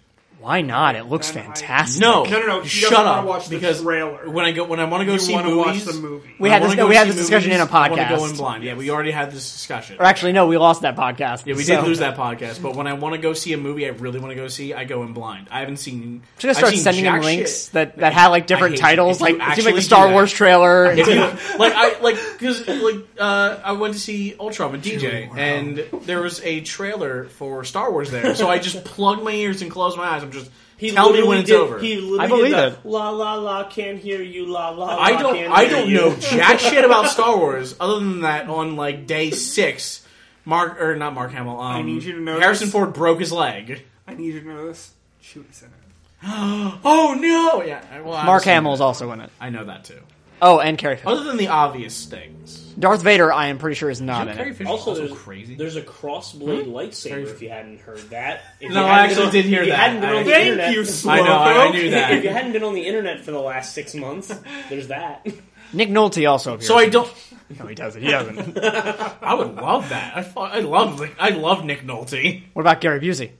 Speaker 1: Why not? It looks
Speaker 3: Then I-
Speaker 1: fantastic.
Speaker 2: No,
Speaker 3: No, no, no, he
Speaker 2: Shut
Speaker 3: doesn't wanna
Speaker 2: up.
Speaker 3: watch the
Speaker 2: because
Speaker 3: trailer.
Speaker 2: when I go, when I want to go
Speaker 3: You
Speaker 2: see
Speaker 3: wanna
Speaker 2: movies,
Speaker 3: watch the movie.
Speaker 1: We
Speaker 2: when I
Speaker 1: had
Speaker 2: wanna
Speaker 1: this-
Speaker 2: go
Speaker 1: we had
Speaker 2: see
Speaker 1: this discussion in a
Speaker 2: I wanna go
Speaker 1: podcast.
Speaker 2: in blind. Yeah, we already had this discussion.
Speaker 1: Or actually, no. We lost that podcast.
Speaker 2: yeah, we
Speaker 1: so.
Speaker 2: did lose that podcast. But when I want to go see a movie, I really want to go see. I go in blind. I haven't seen.
Speaker 1: Should I
Speaker 2: I've
Speaker 1: start
Speaker 2: seen
Speaker 1: sending
Speaker 2: jack
Speaker 1: him links
Speaker 2: shit.
Speaker 1: that, that had like
Speaker 2: I
Speaker 1: different
Speaker 2: hate
Speaker 1: titles,
Speaker 2: it. If
Speaker 1: like it
Speaker 2: you
Speaker 1: seemed like
Speaker 2: actually
Speaker 1: the Star
Speaker 2: do
Speaker 1: Wars
Speaker 2: that.
Speaker 1: trailer.
Speaker 2: If you- like I like because like uh, I went to see Ultron with DJ, and there was a trailer for Star Wars there. So I just plug my ears and close my eyes. I'm just tell me
Speaker 4: literally
Speaker 2: when it's
Speaker 4: did-
Speaker 2: over.
Speaker 4: He literally
Speaker 1: I believe
Speaker 4: did
Speaker 1: it.
Speaker 4: that, La la la, can't hear you. La la. la
Speaker 2: I don't.
Speaker 4: can't
Speaker 2: I
Speaker 4: hear
Speaker 2: don't
Speaker 4: you."
Speaker 2: know jack shit about Star Wars. Other than that, on like day six, Mark or not Mark Hamill. Um,
Speaker 3: I need you to know
Speaker 2: Harrison
Speaker 3: this.
Speaker 2: Ford broke his leg.
Speaker 3: I need you to know this. Chewie's in it.
Speaker 2: Oh no! Yeah. I- Well,
Speaker 1: Mark
Speaker 2: obviously,
Speaker 1: Hamill's also in it.
Speaker 2: I know that too.
Speaker 1: Oh, and Carrie. Fisher.
Speaker 2: Other than the obvious things,
Speaker 1: Darth Vader, I am pretty sure is not in
Speaker 2: Carrie
Speaker 1: it.
Speaker 2: Fisher's
Speaker 4: Also,
Speaker 2: also,
Speaker 4: there's,
Speaker 2: crazy.
Speaker 4: there's a crossblade lightsaber. If you hadn't heard that, If
Speaker 2: Hmm? No,
Speaker 4: you
Speaker 2: I
Speaker 4: hadn't
Speaker 2: actually
Speaker 4: been on-
Speaker 2: did hear
Speaker 4: if you
Speaker 2: that.
Speaker 4: hadn't been on the
Speaker 2: Thank
Speaker 4: internet-
Speaker 3: you,
Speaker 2: I know. I, I knew
Speaker 4: If you
Speaker 2: that.
Speaker 4: hadn't been on the internet for the last six months, there's that.
Speaker 1: Nick Nolte also appears.
Speaker 2: So I don't.
Speaker 1: no, he doesn't. He doesn't.
Speaker 2: I would love that. I, fu- I love. Like, I love Nick Nolte.
Speaker 1: what about Gary Busey?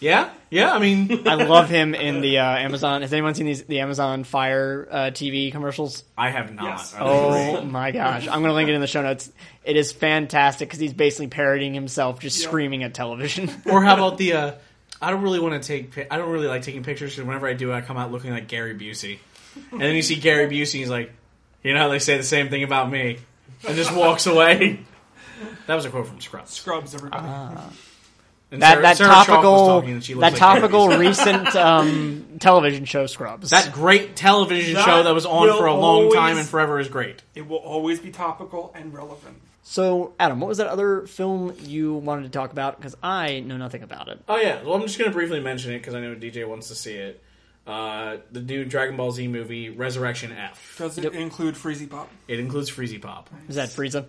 Speaker 2: Yeah. Yeah. I mean,
Speaker 1: I love him in the uh, Amazon. Has anyone seen these the Amazon Fire uh, TV commercials?
Speaker 2: I have not.
Speaker 3: Yes.
Speaker 2: I don't agree.
Speaker 1: Oh my gosh! I'm gonna link it in the show notes. It is fantastic because he's basically parodying himself, just
Speaker 3: Yeah.
Speaker 1: screaming at television.
Speaker 2: Or how about the? Uh, I don't really want to take. pi- I don't really like taking pictures because whenever I do, I come out looking like Gary Busey. And then you see Gary Busey, he's like, you know, they say the same thing about me, and just walks away. That was a quote from Scrubs.
Speaker 3: Scrubs, everybody.
Speaker 1: Ah.
Speaker 2: And
Speaker 1: that
Speaker 2: Sarah-
Speaker 1: that
Speaker 2: Sarah Chalk was
Speaker 1: topical
Speaker 2: talking and she
Speaker 1: that
Speaker 2: looks like Gary
Speaker 1: topical
Speaker 2: Busey.
Speaker 1: recent um, television show Scrubs.
Speaker 2: that great television
Speaker 3: That
Speaker 2: show that was on for a
Speaker 3: will
Speaker 2: long time
Speaker 3: always-
Speaker 2: and forever is great.
Speaker 3: it will always be topical and relevant.
Speaker 1: so Adam, what was that other film you wanted to talk about? Because I know nothing about it.
Speaker 2: Oh yeah, well I'm just gonna briefly mention it because I know DJ wants to see it. Uh, the new Dragon Ball Z movie, Resurrection F.
Speaker 3: Does it include Freezy Pop,
Speaker 2: It includes Freezy Pop.
Speaker 1: Is that Frieza?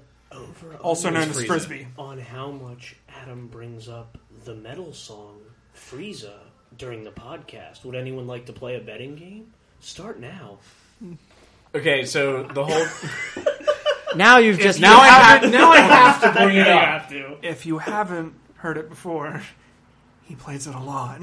Speaker 3: also known as
Speaker 2: Frieza.
Speaker 3: Frisbee?
Speaker 4: on how much Adam brings up the metal song Frieza during the podcast. Would anyone like to play a betting game? Start now.
Speaker 2: Okay, so the whole
Speaker 1: Now you've just
Speaker 2: now I have, now I have to bring it up.
Speaker 4: to.
Speaker 3: If you haven't heard it before, he plays it a lot.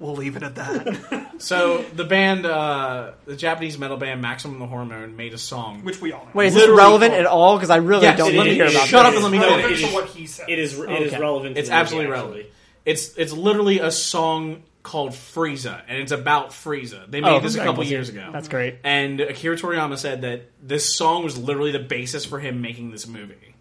Speaker 3: we'll leave it at that.
Speaker 2: So the band, uh, the Japanese metal band Maximum the Hormone, made a song.
Speaker 3: Which we all know.
Speaker 1: Wait, is
Speaker 2: Literally
Speaker 1: this relevant
Speaker 2: full.
Speaker 1: at all? Because I really
Speaker 2: Yes,
Speaker 1: don't
Speaker 2: it
Speaker 1: want to
Speaker 2: is.
Speaker 1: hear about
Speaker 2: Shut up
Speaker 1: this.
Speaker 2: and let me
Speaker 3: relevant
Speaker 2: finish.
Speaker 3: to what he said.
Speaker 4: It is. It is
Speaker 1: Okay.
Speaker 4: relevant. To
Speaker 2: It's
Speaker 4: the movie,
Speaker 2: absolutely
Speaker 4: actually.
Speaker 2: relevant. It's it's literally a song called Frieza, and it's about Frieza. They made
Speaker 1: Oh,
Speaker 2: this a
Speaker 1: okay.
Speaker 2: couple years ago.
Speaker 1: That's great.
Speaker 2: And Akira Toriyama said that this song was literally the basis for him making this movie.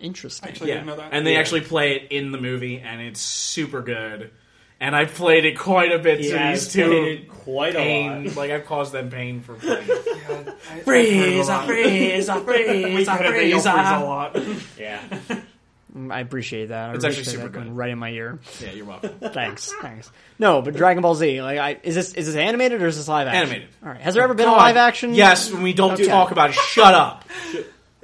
Speaker 1: Interesting.
Speaker 3: Actually, I didn't know that.
Speaker 2: and they
Speaker 4: Yeah.
Speaker 2: actually play it in the movie, and it's super good. And I've played it quite a bit
Speaker 4: He
Speaker 2: to
Speaker 4: has
Speaker 2: these two.
Speaker 4: played quite a
Speaker 2: Pain,
Speaker 4: lot.
Speaker 2: like I've caused them pain for playing.
Speaker 3: Yeah, I- I've heard a lot.
Speaker 2: Frieza,
Speaker 3: We cut it, they yell Frieza a lot.
Speaker 4: Yeah.
Speaker 1: I appreciate that. I
Speaker 2: It's actually
Speaker 1: appreciate
Speaker 2: super
Speaker 1: that going
Speaker 2: good.
Speaker 1: Right in my ear.
Speaker 2: Yeah, you're welcome.
Speaker 1: Thanks, thanks. No, but Dragon Ball Z, like, I, is this is this animated or is this live action?
Speaker 2: Animated.
Speaker 1: All right. Has there ever been a
Speaker 2: God,
Speaker 1: live action?
Speaker 2: Yes, when we don't
Speaker 1: Okay.
Speaker 2: talk about it. Shut up.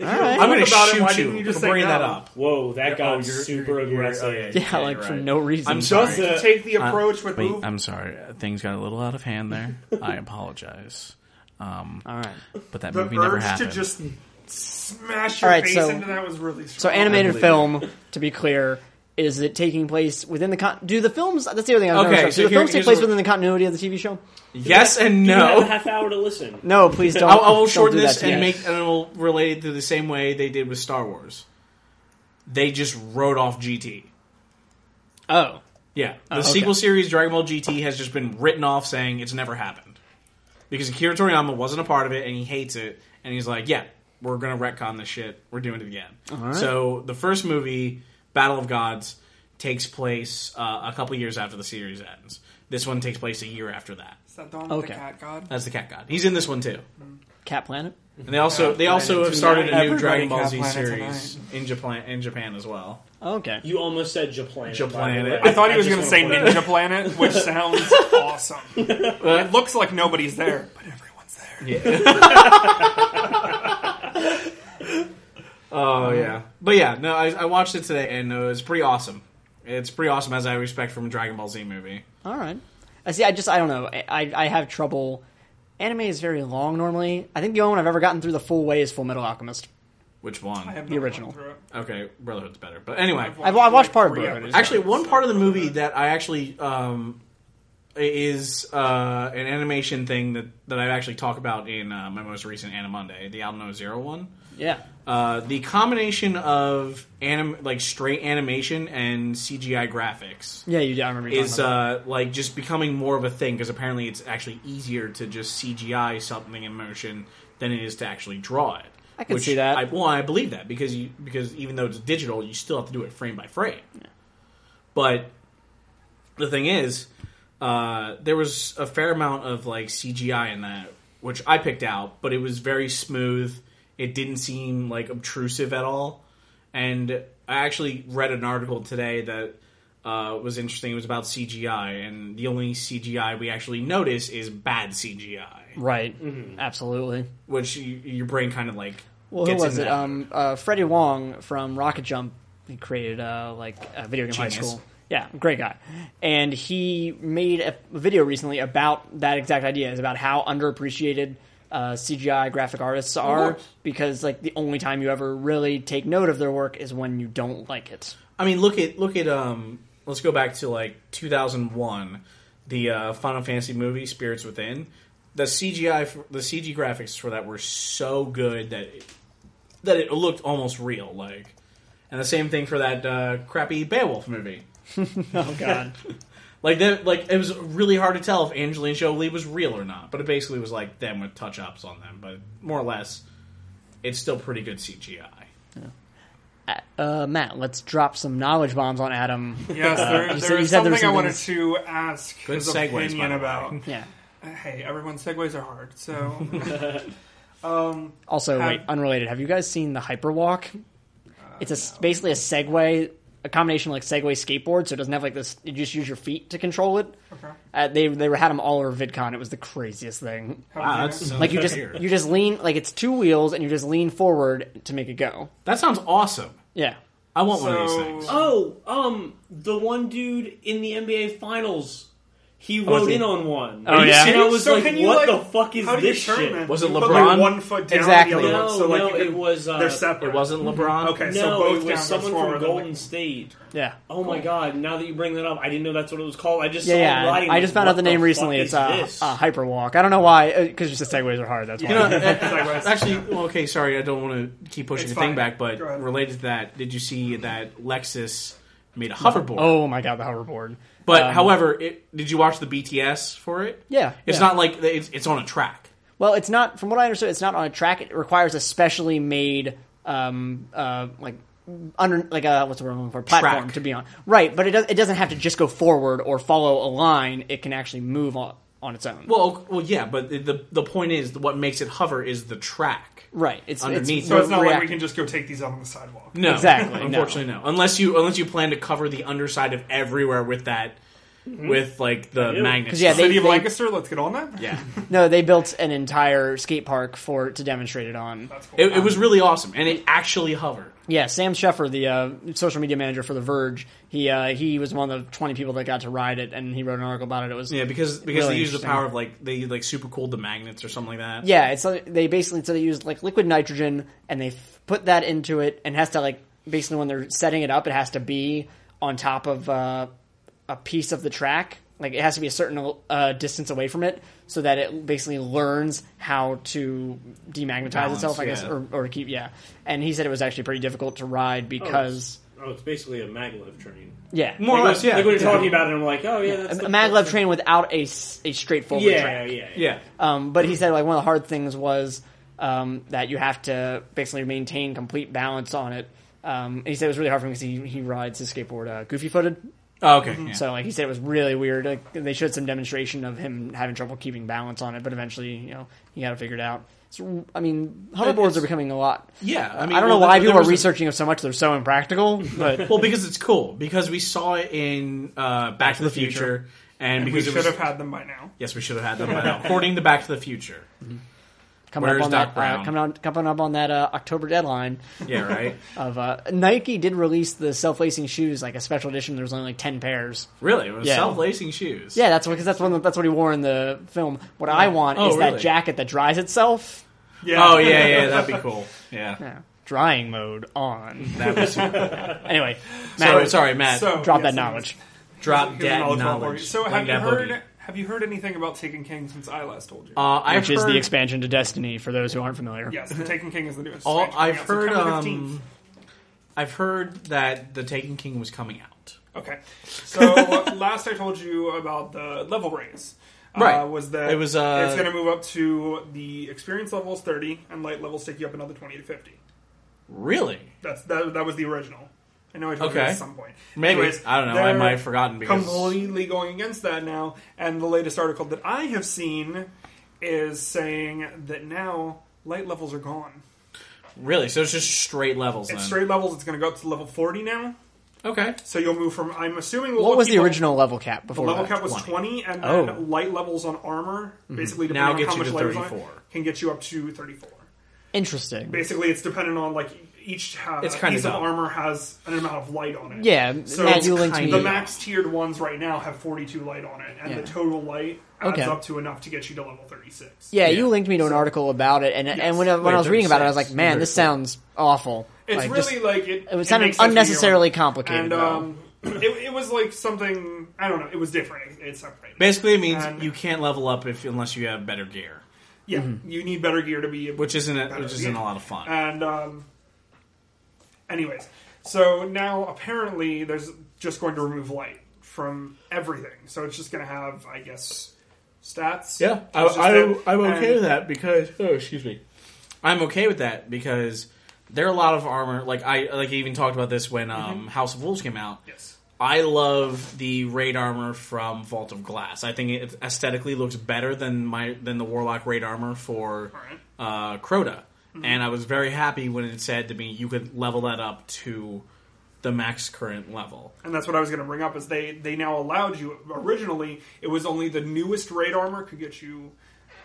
Speaker 1: All right.
Speaker 2: I'm going to
Speaker 3: about it, why
Speaker 2: shoot you,
Speaker 3: didn't you just
Speaker 2: for
Speaker 3: say
Speaker 2: bringing that
Speaker 3: no?
Speaker 2: up.
Speaker 4: Whoa, that got
Speaker 2: Oh, you're-
Speaker 4: super
Speaker 2: you're- you're-
Speaker 4: aggressive.
Speaker 1: yeah,
Speaker 2: oh,
Speaker 1: like
Speaker 2: you're
Speaker 1: for
Speaker 2: right.
Speaker 1: no reason.
Speaker 2: I'm sorry.
Speaker 4: Just, uh,
Speaker 3: Take the approach with move.
Speaker 2: I'm sorry. Uh, Things got a little out of hand there. I apologize.
Speaker 1: All right.
Speaker 2: But that
Speaker 3: the urge to just smash your
Speaker 1: All right,
Speaker 3: face
Speaker 1: so-
Speaker 3: into that was really strong.
Speaker 1: So animated
Speaker 2: believe
Speaker 1: film, to be clear, is it taking place within the con- do the films? That's the other thing. I was
Speaker 2: Okay,
Speaker 1: okay,
Speaker 2: so
Speaker 1: so do the
Speaker 2: here-
Speaker 1: films take
Speaker 2: here's
Speaker 1: place
Speaker 2: a-
Speaker 1: within the continuity of the TV show?
Speaker 2: yes and
Speaker 4: You have a
Speaker 2: no.
Speaker 4: half hour to listen.
Speaker 1: No, please don't.
Speaker 2: I I will
Speaker 1: don't
Speaker 2: shorten
Speaker 1: do that
Speaker 2: this
Speaker 1: to
Speaker 2: and
Speaker 1: me.
Speaker 2: make and it will relate it to the same way they did with Star Wars. They just wrote off GT.
Speaker 1: Oh,
Speaker 2: Yeah, the
Speaker 1: okay.
Speaker 2: sequel series Dragon Ball GT has just been written off, saying it's never happened because Akira Toriyama wasn't a part of it and he hates it, and he's like, "Yeah, we're gonna retcon this shit. We're doing it again." So the first movie, Battle of Gods, takes place uh, a couple years after the series ends. This one takes place a year after that.
Speaker 3: Is that the one with
Speaker 1: Okay.
Speaker 3: the cat god?
Speaker 2: That's the Cat God. He's in this one too.
Speaker 1: Cat Planet.
Speaker 2: And they also they also have started a new
Speaker 3: Everybody
Speaker 2: Dragon Ball
Speaker 3: got
Speaker 2: Z
Speaker 3: planet
Speaker 2: series in Japan in Japan as well.
Speaker 1: Oh, Okay.
Speaker 4: You almost said Japlanet.
Speaker 2: Japlanet.
Speaker 3: I thought he was going to
Speaker 4: just
Speaker 3: say
Speaker 4: wanna point out-
Speaker 3: Ninja Planet, which sounds awesome. it looks like nobody's there, but everyone's there.
Speaker 2: Oh yeah, but yeah, no, I, I watched it today and uh, it's pretty awesome. It's pretty awesome as I would expect from a Dragon Ball Z movie.
Speaker 1: All right. I see. I just I don't know. I- I I have trouble. Anime is very long normally. I think the only one I've ever gotten through the full way is Full Metal Alchemist.
Speaker 2: Which one?
Speaker 3: I have
Speaker 1: The
Speaker 3: not
Speaker 1: original.
Speaker 3: gone through it.
Speaker 2: okay, Brotherhood's better, but anyway,
Speaker 1: I've, I watched part of
Speaker 2: Oh,
Speaker 3: Three
Speaker 1: Brotherhood.
Speaker 3: episodes.
Speaker 2: actually, one part of the movie that I actually um, is uh, an animation thing that that I actually talk about in uh, my most recent Animonde, the Alamo Zero one.
Speaker 1: Yeah.
Speaker 2: Uh, the combination of anim like straight animation and CGI graphics
Speaker 1: Yeah, you. I remember. You
Speaker 2: is
Speaker 1: talking about
Speaker 2: uh, like just becoming more of a thing because apparently it's actually easier to just CGI something in motion than it is to actually draw it.
Speaker 1: I can see that.
Speaker 2: I, well, I believe that because you because even though it's digital, you still have to do it frame by frame. But the thing is, uh, there was a fair amount of like CGI in that, which I picked out, but it was very smooth. It didn't seem like obtrusive at all. And I actually read an article today that uh, was interesting. It was about CGI, and the only CGI we actually notice is bad
Speaker 1: that.
Speaker 2: CGI,
Speaker 1: right.
Speaker 2: Mm-hmm.
Speaker 1: Absolutely.
Speaker 2: which you, your brain kind of like.
Speaker 1: Well, who
Speaker 2: gets in
Speaker 1: was it?
Speaker 2: that.
Speaker 1: Um, uh, Freddie Wong from Rocket Jump. He created uh, like a video game high
Speaker 2: Genius.
Speaker 1: school. Yeah, great guy. And he made a video recently about that exact idea. Is about how underappreciated uh, CGI graphic artists are
Speaker 2: course.
Speaker 1: because like the only time you ever really take note of their work is when you don't like it.
Speaker 2: I mean, look at look at um. Let's go back to like 2001, the uh, Final Fantasy movie Spirits Within. The CGI, f- the CG graphics for that were so good that it, that it looked almost real. Like, and the same thing for that uh, crappy Beowulf movie.
Speaker 1: Oh God.
Speaker 2: Like that, like it was really hard to tell if Angelina Jolie was real or not. But it basically was like them with touch ups on them, but more or less, it's still pretty good CGI.
Speaker 1: uh, Matt, let's drop some knowledge bombs on Adam. you
Speaker 3: Yes, there,
Speaker 1: said-
Speaker 3: there
Speaker 1: you
Speaker 3: is
Speaker 1: said there
Speaker 3: something
Speaker 1: was
Speaker 3: I
Speaker 1: something
Speaker 3: wanted
Speaker 1: that's-
Speaker 3: to ask
Speaker 2: Uh, Good
Speaker 3: his
Speaker 2: segues, by
Speaker 3: opinion
Speaker 2: the way.
Speaker 3: about.
Speaker 1: Yeah.
Speaker 3: Hey, everyone's segues are hard, so
Speaker 1: Also,
Speaker 3: Have-
Speaker 1: wait, unrelated. Have you guys seen the Hyperwalk? It's a
Speaker 4: Uh,
Speaker 1: s basically a Segway, a combination of, like Segway skateboard, so it doesn't have like this. You just use your feet to control it.
Speaker 3: Okay.
Speaker 1: Uh, they they had them all over VidCon. It was the craziest thing.
Speaker 2: Wow, that
Speaker 3: Yeah.
Speaker 2: sounds
Speaker 1: Like you just
Speaker 2: Ah, weird.
Speaker 1: you just lean like it's two wheels and you just lean forward to make it go.
Speaker 2: that sounds awesome.
Speaker 1: Yeah.
Speaker 2: I want one of these
Speaker 3: So-
Speaker 2: things.
Speaker 4: Oh, um, the one dude in the NBA Finals, he rode
Speaker 1: he-
Speaker 4: in on one.
Speaker 1: Oh, yeah?
Speaker 4: and I was
Speaker 3: Oh, So
Speaker 4: like,
Speaker 3: can you,
Speaker 4: what
Speaker 3: like-
Speaker 4: the fuck is
Speaker 3: How do you
Speaker 4: this
Speaker 3: turn
Speaker 4: shit?
Speaker 3: then?
Speaker 2: Was it
Speaker 3: You put,
Speaker 2: LeBron?
Speaker 3: Like one foot down,
Speaker 1: Exactly.
Speaker 3: the other
Speaker 4: No,
Speaker 3: one, so like
Speaker 4: no,
Speaker 3: you can-
Speaker 4: it was, uh,
Speaker 3: they're separate.
Speaker 2: It wasn't LeBron.
Speaker 3: Okay,
Speaker 4: No,
Speaker 3: so both
Speaker 4: it
Speaker 3: down
Speaker 4: was someone
Speaker 3: forward
Speaker 4: from
Speaker 3: and, like,
Speaker 4: Golden State.
Speaker 1: Yeah.
Speaker 4: Oh my god! Now that you bring that up, I didn't know that's what it was called. I just
Speaker 1: Yeah,
Speaker 4: saw
Speaker 1: yeah.
Speaker 4: it
Speaker 1: I-
Speaker 4: lying.
Speaker 1: I just found out
Speaker 4: What
Speaker 1: the name
Speaker 4: fuck
Speaker 1: recently.
Speaker 4: is
Speaker 1: It's uh, a,
Speaker 4: this?
Speaker 1: a Hyperwalk. I don't know why, because just the Segways are hard. That's why.
Speaker 2: You know, uh,
Speaker 3: Segways.
Speaker 2: actually, well, okay, sorry, I don't want to keep pushing
Speaker 3: It's
Speaker 2: the thing
Speaker 3: fine.
Speaker 2: back, but
Speaker 3: Go ahead.
Speaker 2: related to that, did you see that Lexus made a hoverboard?
Speaker 1: oh my god, the hoverboard.
Speaker 2: but
Speaker 1: Um,
Speaker 2: however, it, did you watch the BTS for it?
Speaker 1: Yeah,
Speaker 2: it's
Speaker 1: yeah.
Speaker 2: not like it's, it's on a track.
Speaker 1: Well, it's not. From what I understood, it's not on a track. It requires a specially made, um, uh, like under like a what's the word I'm looking for platform
Speaker 2: Track.
Speaker 1: to be on. Right, but it does. It doesn't have to just go forward or follow a line. It can actually move on on its own.
Speaker 2: Well, o- well, yeah, but the- the the point is, what makes it hover is the track.
Speaker 1: right. It's
Speaker 2: Underneath.
Speaker 1: It's,
Speaker 2: So
Speaker 3: So it's not like we
Speaker 1: reactive.
Speaker 3: can just go take these out on the sidewalk.
Speaker 2: No,
Speaker 1: Exactly, no.
Speaker 2: Unfortunately, no. Unless you unless you plan to cover the underside of everywhere with that, with like the
Speaker 4: do.
Speaker 2: magnet.
Speaker 1: 'Cause, yeah,
Speaker 2: stuff.
Speaker 1: they-
Speaker 3: City of Lancaster, let's get on that.
Speaker 2: yeah.
Speaker 1: No, they built an entire skate park for to demonstrate it on.
Speaker 3: That's cool.
Speaker 2: It, it was really awesome, and it actually hovered.
Speaker 1: Yeah, Sam Sheffer, the uh, social media manager for The Verge, he uh, he was one of the twenty people that got to ride it, and he wrote an article about it. It was
Speaker 2: Yeah, because because
Speaker 1: Really
Speaker 2: they use the
Speaker 1: interesting.
Speaker 2: power of like they like super cooled the magnets or something like that.
Speaker 1: Yeah, it's like- they basically so they use like liquid nitrogen and they f- put that into it and has to like basically when they're setting it up, it has to be on top of uh, a piece of the track. Like it has to be a certain uh, distance away from it so that it basically learns how to demagnetize
Speaker 2: Balance,
Speaker 1: itself, I guess,
Speaker 2: yeah.
Speaker 1: or, or keep yeah. And he said it was actually pretty difficult to ride because
Speaker 4: oh, it's basically a maglev train.
Speaker 1: Yeah.
Speaker 3: More
Speaker 4: like
Speaker 3: or less,
Speaker 4: when,
Speaker 3: yeah.
Speaker 4: Like when you're
Speaker 3: yeah.
Speaker 4: talking about it, I'm like, oh yeah,
Speaker 1: A, a
Speaker 4: that's the-
Speaker 1: maglev train without a, s- a straightforward
Speaker 4: Yeah,
Speaker 1: track.
Speaker 4: yeah, yeah.
Speaker 3: Yeah.
Speaker 1: Um, but he said like one of the hard things was um, that you have to basically maintain complete balance on it. Um, and he said it was really hard for him because he, he rides his skateboard uh, goofy footed.
Speaker 2: Oh, okay. yeah.
Speaker 1: Mm-hmm. So like he said it was really weird. Like, they showed some demonstration of him having trouble keeping balance on it, but eventually you know he got it figured out. So, I mean, hoverboards
Speaker 2: It's-
Speaker 1: are becoming a lot.
Speaker 2: yeah, I
Speaker 1: I,
Speaker 2: mean,
Speaker 1: don't know
Speaker 2: well,
Speaker 1: why
Speaker 2: there-
Speaker 1: people
Speaker 2: there
Speaker 1: are
Speaker 2: was a-
Speaker 1: researching it so much. They're so impractical, but
Speaker 2: Well, because it's cool. Because we saw it in uh, Back, to the, Future, and,
Speaker 3: We
Speaker 2: because it
Speaker 3: should
Speaker 2: was,
Speaker 3: have had them by now.
Speaker 2: yes, we should have had them by now. According to Back to the Future,
Speaker 1: coming up
Speaker 2: Where's
Speaker 1: on
Speaker 2: Doc
Speaker 1: that
Speaker 2: Brown?
Speaker 1: uh, coming on coming up on that uh, October deadline,
Speaker 2: yeah, right.
Speaker 1: of uh, Nike did release the self-lacing shoes like a special edition. There was only like ten pairs.
Speaker 2: Really, it was
Speaker 1: Yeah.
Speaker 2: self-lacing shoes.
Speaker 1: Yeah, that's because that's one that's what he wore in the film. What I want
Speaker 2: Oh,
Speaker 1: is that
Speaker 2: really?
Speaker 1: jacket that dries itself.
Speaker 3: Yeah.
Speaker 2: Oh yeah, yeah, that'd be cool. Yeah.
Speaker 1: Drying mode on.
Speaker 2: That was, so,
Speaker 1: Anyway,
Speaker 2: sorry,
Speaker 1: Matt,
Speaker 2: sorry, Matt.
Speaker 3: So
Speaker 1: drop
Speaker 3: yes,
Speaker 1: that knowledge.
Speaker 2: Drop
Speaker 3: here's- here's
Speaker 2: that
Speaker 3: knowledge
Speaker 2: knowledge.
Speaker 3: for you. So
Speaker 2: Bring
Speaker 3: have you
Speaker 2: that
Speaker 3: heard?
Speaker 2: boogie.
Speaker 3: Have you heard anything about Taken King since I last told you?
Speaker 2: Uh, I've
Speaker 1: Which is
Speaker 2: heard-
Speaker 1: the expansion to Destiny for those who aren't familiar.
Speaker 3: yes, the Taken King is the newest.
Speaker 2: All,
Speaker 3: expansion coming
Speaker 2: I've
Speaker 3: out
Speaker 2: heard.
Speaker 3: September
Speaker 2: Um,
Speaker 3: 15th.
Speaker 2: I've heard that the Taken King was coming out.
Speaker 3: Okay. So last I told you about the level raise. uh,
Speaker 2: Right.
Speaker 3: was that
Speaker 2: It was, uh,
Speaker 3: it's going to move up to the experience levels 30 and light levels take you up another 20 to 50.
Speaker 2: Really?
Speaker 3: That's that, that was the original. I know I told you
Speaker 2: Okay.
Speaker 3: that at some point.
Speaker 2: Maybe
Speaker 3: Anyways,
Speaker 2: I don't know. I
Speaker 3: they're
Speaker 2: might have forgotten because
Speaker 3: completely going against that now. And the latest article that I have seen is saying that now light levels are gone.
Speaker 2: really, so it's just straight levels.
Speaker 3: It's
Speaker 2: then.
Speaker 3: straight levels. It's going to go up to level 40 now.
Speaker 2: Okay.
Speaker 3: So you'll move from I'm assuming
Speaker 1: What was the
Speaker 3: people-
Speaker 1: original level cap
Speaker 3: The
Speaker 1: before?
Speaker 3: level
Speaker 1: that?
Speaker 3: cap was
Speaker 2: 20.
Speaker 3: 20, and
Speaker 1: Oh. Mm-hmm.
Speaker 3: then light levels on armor, basically
Speaker 2: Now
Speaker 3: depending
Speaker 2: gets
Speaker 3: on how
Speaker 2: you
Speaker 3: much
Speaker 2: to
Speaker 3: light is on it,
Speaker 2: 34.
Speaker 3: can get you up to 34.
Speaker 1: Interesting.
Speaker 3: Basically, it's dependent on like each ha-
Speaker 2: It's kinda
Speaker 3: piece of
Speaker 2: dumb.
Speaker 3: armor has an amount of light on it.
Speaker 1: Yeah,
Speaker 3: So
Speaker 1: Matt, you linked
Speaker 2: kind
Speaker 1: me.
Speaker 2: of-
Speaker 3: the max tiered ones right now have 42 light on it, and
Speaker 1: Yeah.
Speaker 3: the total light adds
Speaker 1: Okay.
Speaker 3: up to enough to get you to level 36.
Speaker 1: yeah,
Speaker 2: Yeah.
Speaker 1: you linked me to an article about it, and and when, I- when
Speaker 2: Wait,
Speaker 1: I was reading about it, I was like,
Speaker 2: 36.
Speaker 1: man, this sounds awful.
Speaker 3: It's
Speaker 1: like,
Speaker 3: really
Speaker 1: just-
Speaker 3: like it.
Speaker 1: it sounded
Speaker 3: makes sense when you're
Speaker 1: unnecessarily
Speaker 3: on it.
Speaker 1: complicated,
Speaker 3: And
Speaker 1: though.
Speaker 3: um, it, it was like something I don't know. It was different. It, it's separate.
Speaker 2: Basically, it means
Speaker 3: And-
Speaker 2: you can't level up if unless you have better gear,
Speaker 3: yeah,
Speaker 1: Mm-hmm.
Speaker 3: you need better gear to be able
Speaker 2: which isn't a,
Speaker 3: Better
Speaker 2: which isn't
Speaker 3: gear.
Speaker 2: a lot of fun.
Speaker 3: And um, anyways, so now apparently there's just going to remove light from everything. So it's just going to have, I guess, stats. It's just it. And-
Speaker 2: that because oh, excuse me, I'm okay with that because there are a lot of armor. Like I like I even talked about this when um, House of Wolves came out.
Speaker 3: Mm-hmm. Yes.
Speaker 2: I love the raid armor from Vault of Glass. I think it aesthetically looks better than my than the Warlock raid armor for uh, Crota.
Speaker 3: Mm-hmm.
Speaker 2: And I was very happy when it said to me you could level that up to the max current level.
Speaker 3: And that's what I was going to bring up is they they now allowed you. Originally, it was only the newest raid armor could get you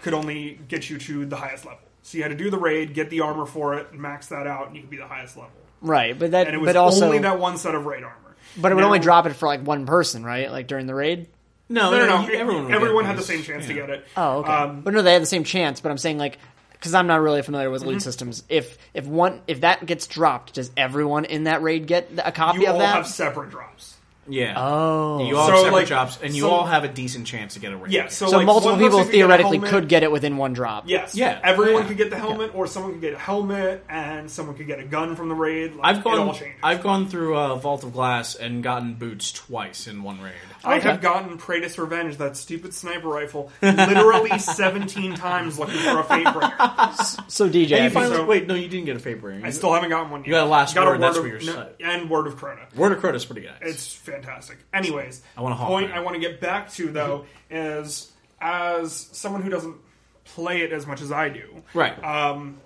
Speaker 3: could only get you to the highest level. So you had to do the raid, get the armor for it, max that out, and you could be the highest level.
Speaker 1: right, but that
Speaker 3: And it was
Speaker 1: but also
Speaker 3: only that one set of raid armor.
Speaker 1: but it would
Speaker 3: Now-
Speaker 1: only drop it for like one person, right? Like during the raid.
Speaker 2: No,
Speaker 3: No, no, no.
Speaker 2: you-
Speaker 3: Everyone,
Speaker 2: would get
Speaker 3: had the
Speaker 2: those.
Speaker 3: same chance to
Speaker 2: Yeah.
Speaker 3: get it.
Speaker 1: Oh, okay.
Speaker 3: Um,
Speaker 1: but no, they had the same chance. But I'm saying like because I'm not really familiar with loot systems. If if one if that gets dropped, does everyone in that raid get a copy
Speaker 3: you
Speaker 1: of
Speaker 3: all
Speaker 1: that?
Speaker 3: have separate drops.
Speaker 2: Yeah.
Speaker 1: oh,
Speaker 2: You all
Speaker 3: So,
Speaker 2: have separate
Speaker 3: like,
Speaker 2: jobs, and you
Speaker 3: so-
Speaker 2: all have a decent chance to get a raid.
Speaker 3: Yeah. So,
Speaker 1: so
Speaker 3: like,
Speaker 1: multiple
Speaker 3: one person
Speaker 1: people
Speaker 3: could get a
Speaker 1: theoretically
Speaker 3: helmet.
Speaker 1: could get it within one drop.
Speaker 3: Yes.
Speaker 2: Yeah.
Speaker 3: Everyone
Speaker 2: Yeah.
Speaker 3: could get the helmet, or someone could get a helmet, and someone could get a gun from the raid.
Speaker 2: I've
Speaker 3: Like, It all
Speaker 2: gone.
Speaker 3: changes.
Speaker 2: I've gone through uh, Vault of Glass and gotten boots twice in one raid.
Speaker 3: I
Speaker 1: Okay.
Speaker 3: have gotten Praetus Revenge, that stupid sniper rifle, literally 17 times looking for a fate bringer.
Speaker 1: So DJ,
Speaker 2: And you
Speaker 1: have you-
Speaker 2: finally,
Speaker 3: so-
Speaker 2: wait, no, you didn't get a paper. ring.
Speaker 3: I still haven't gotten one yet. You
Speaker 2: got a last word, that's
Speaker 3: of,
Speaker 2: where you're set.
Speaker 3: And Word of Crona.
Speaker 2: Word of Crota's pretty nice.
Speaker 3: It's fantastic. Anyways,
Speaker 2: I want a
Speaker 3: the
Speaker 2: Hawkman.
Speaker 3: point I want to get back to though
Speaker 2: Mm-hmm.
Speaker 3: is as someone who doesn't play it as much as I do,
Speaker 2: right.
Speaker 3: um,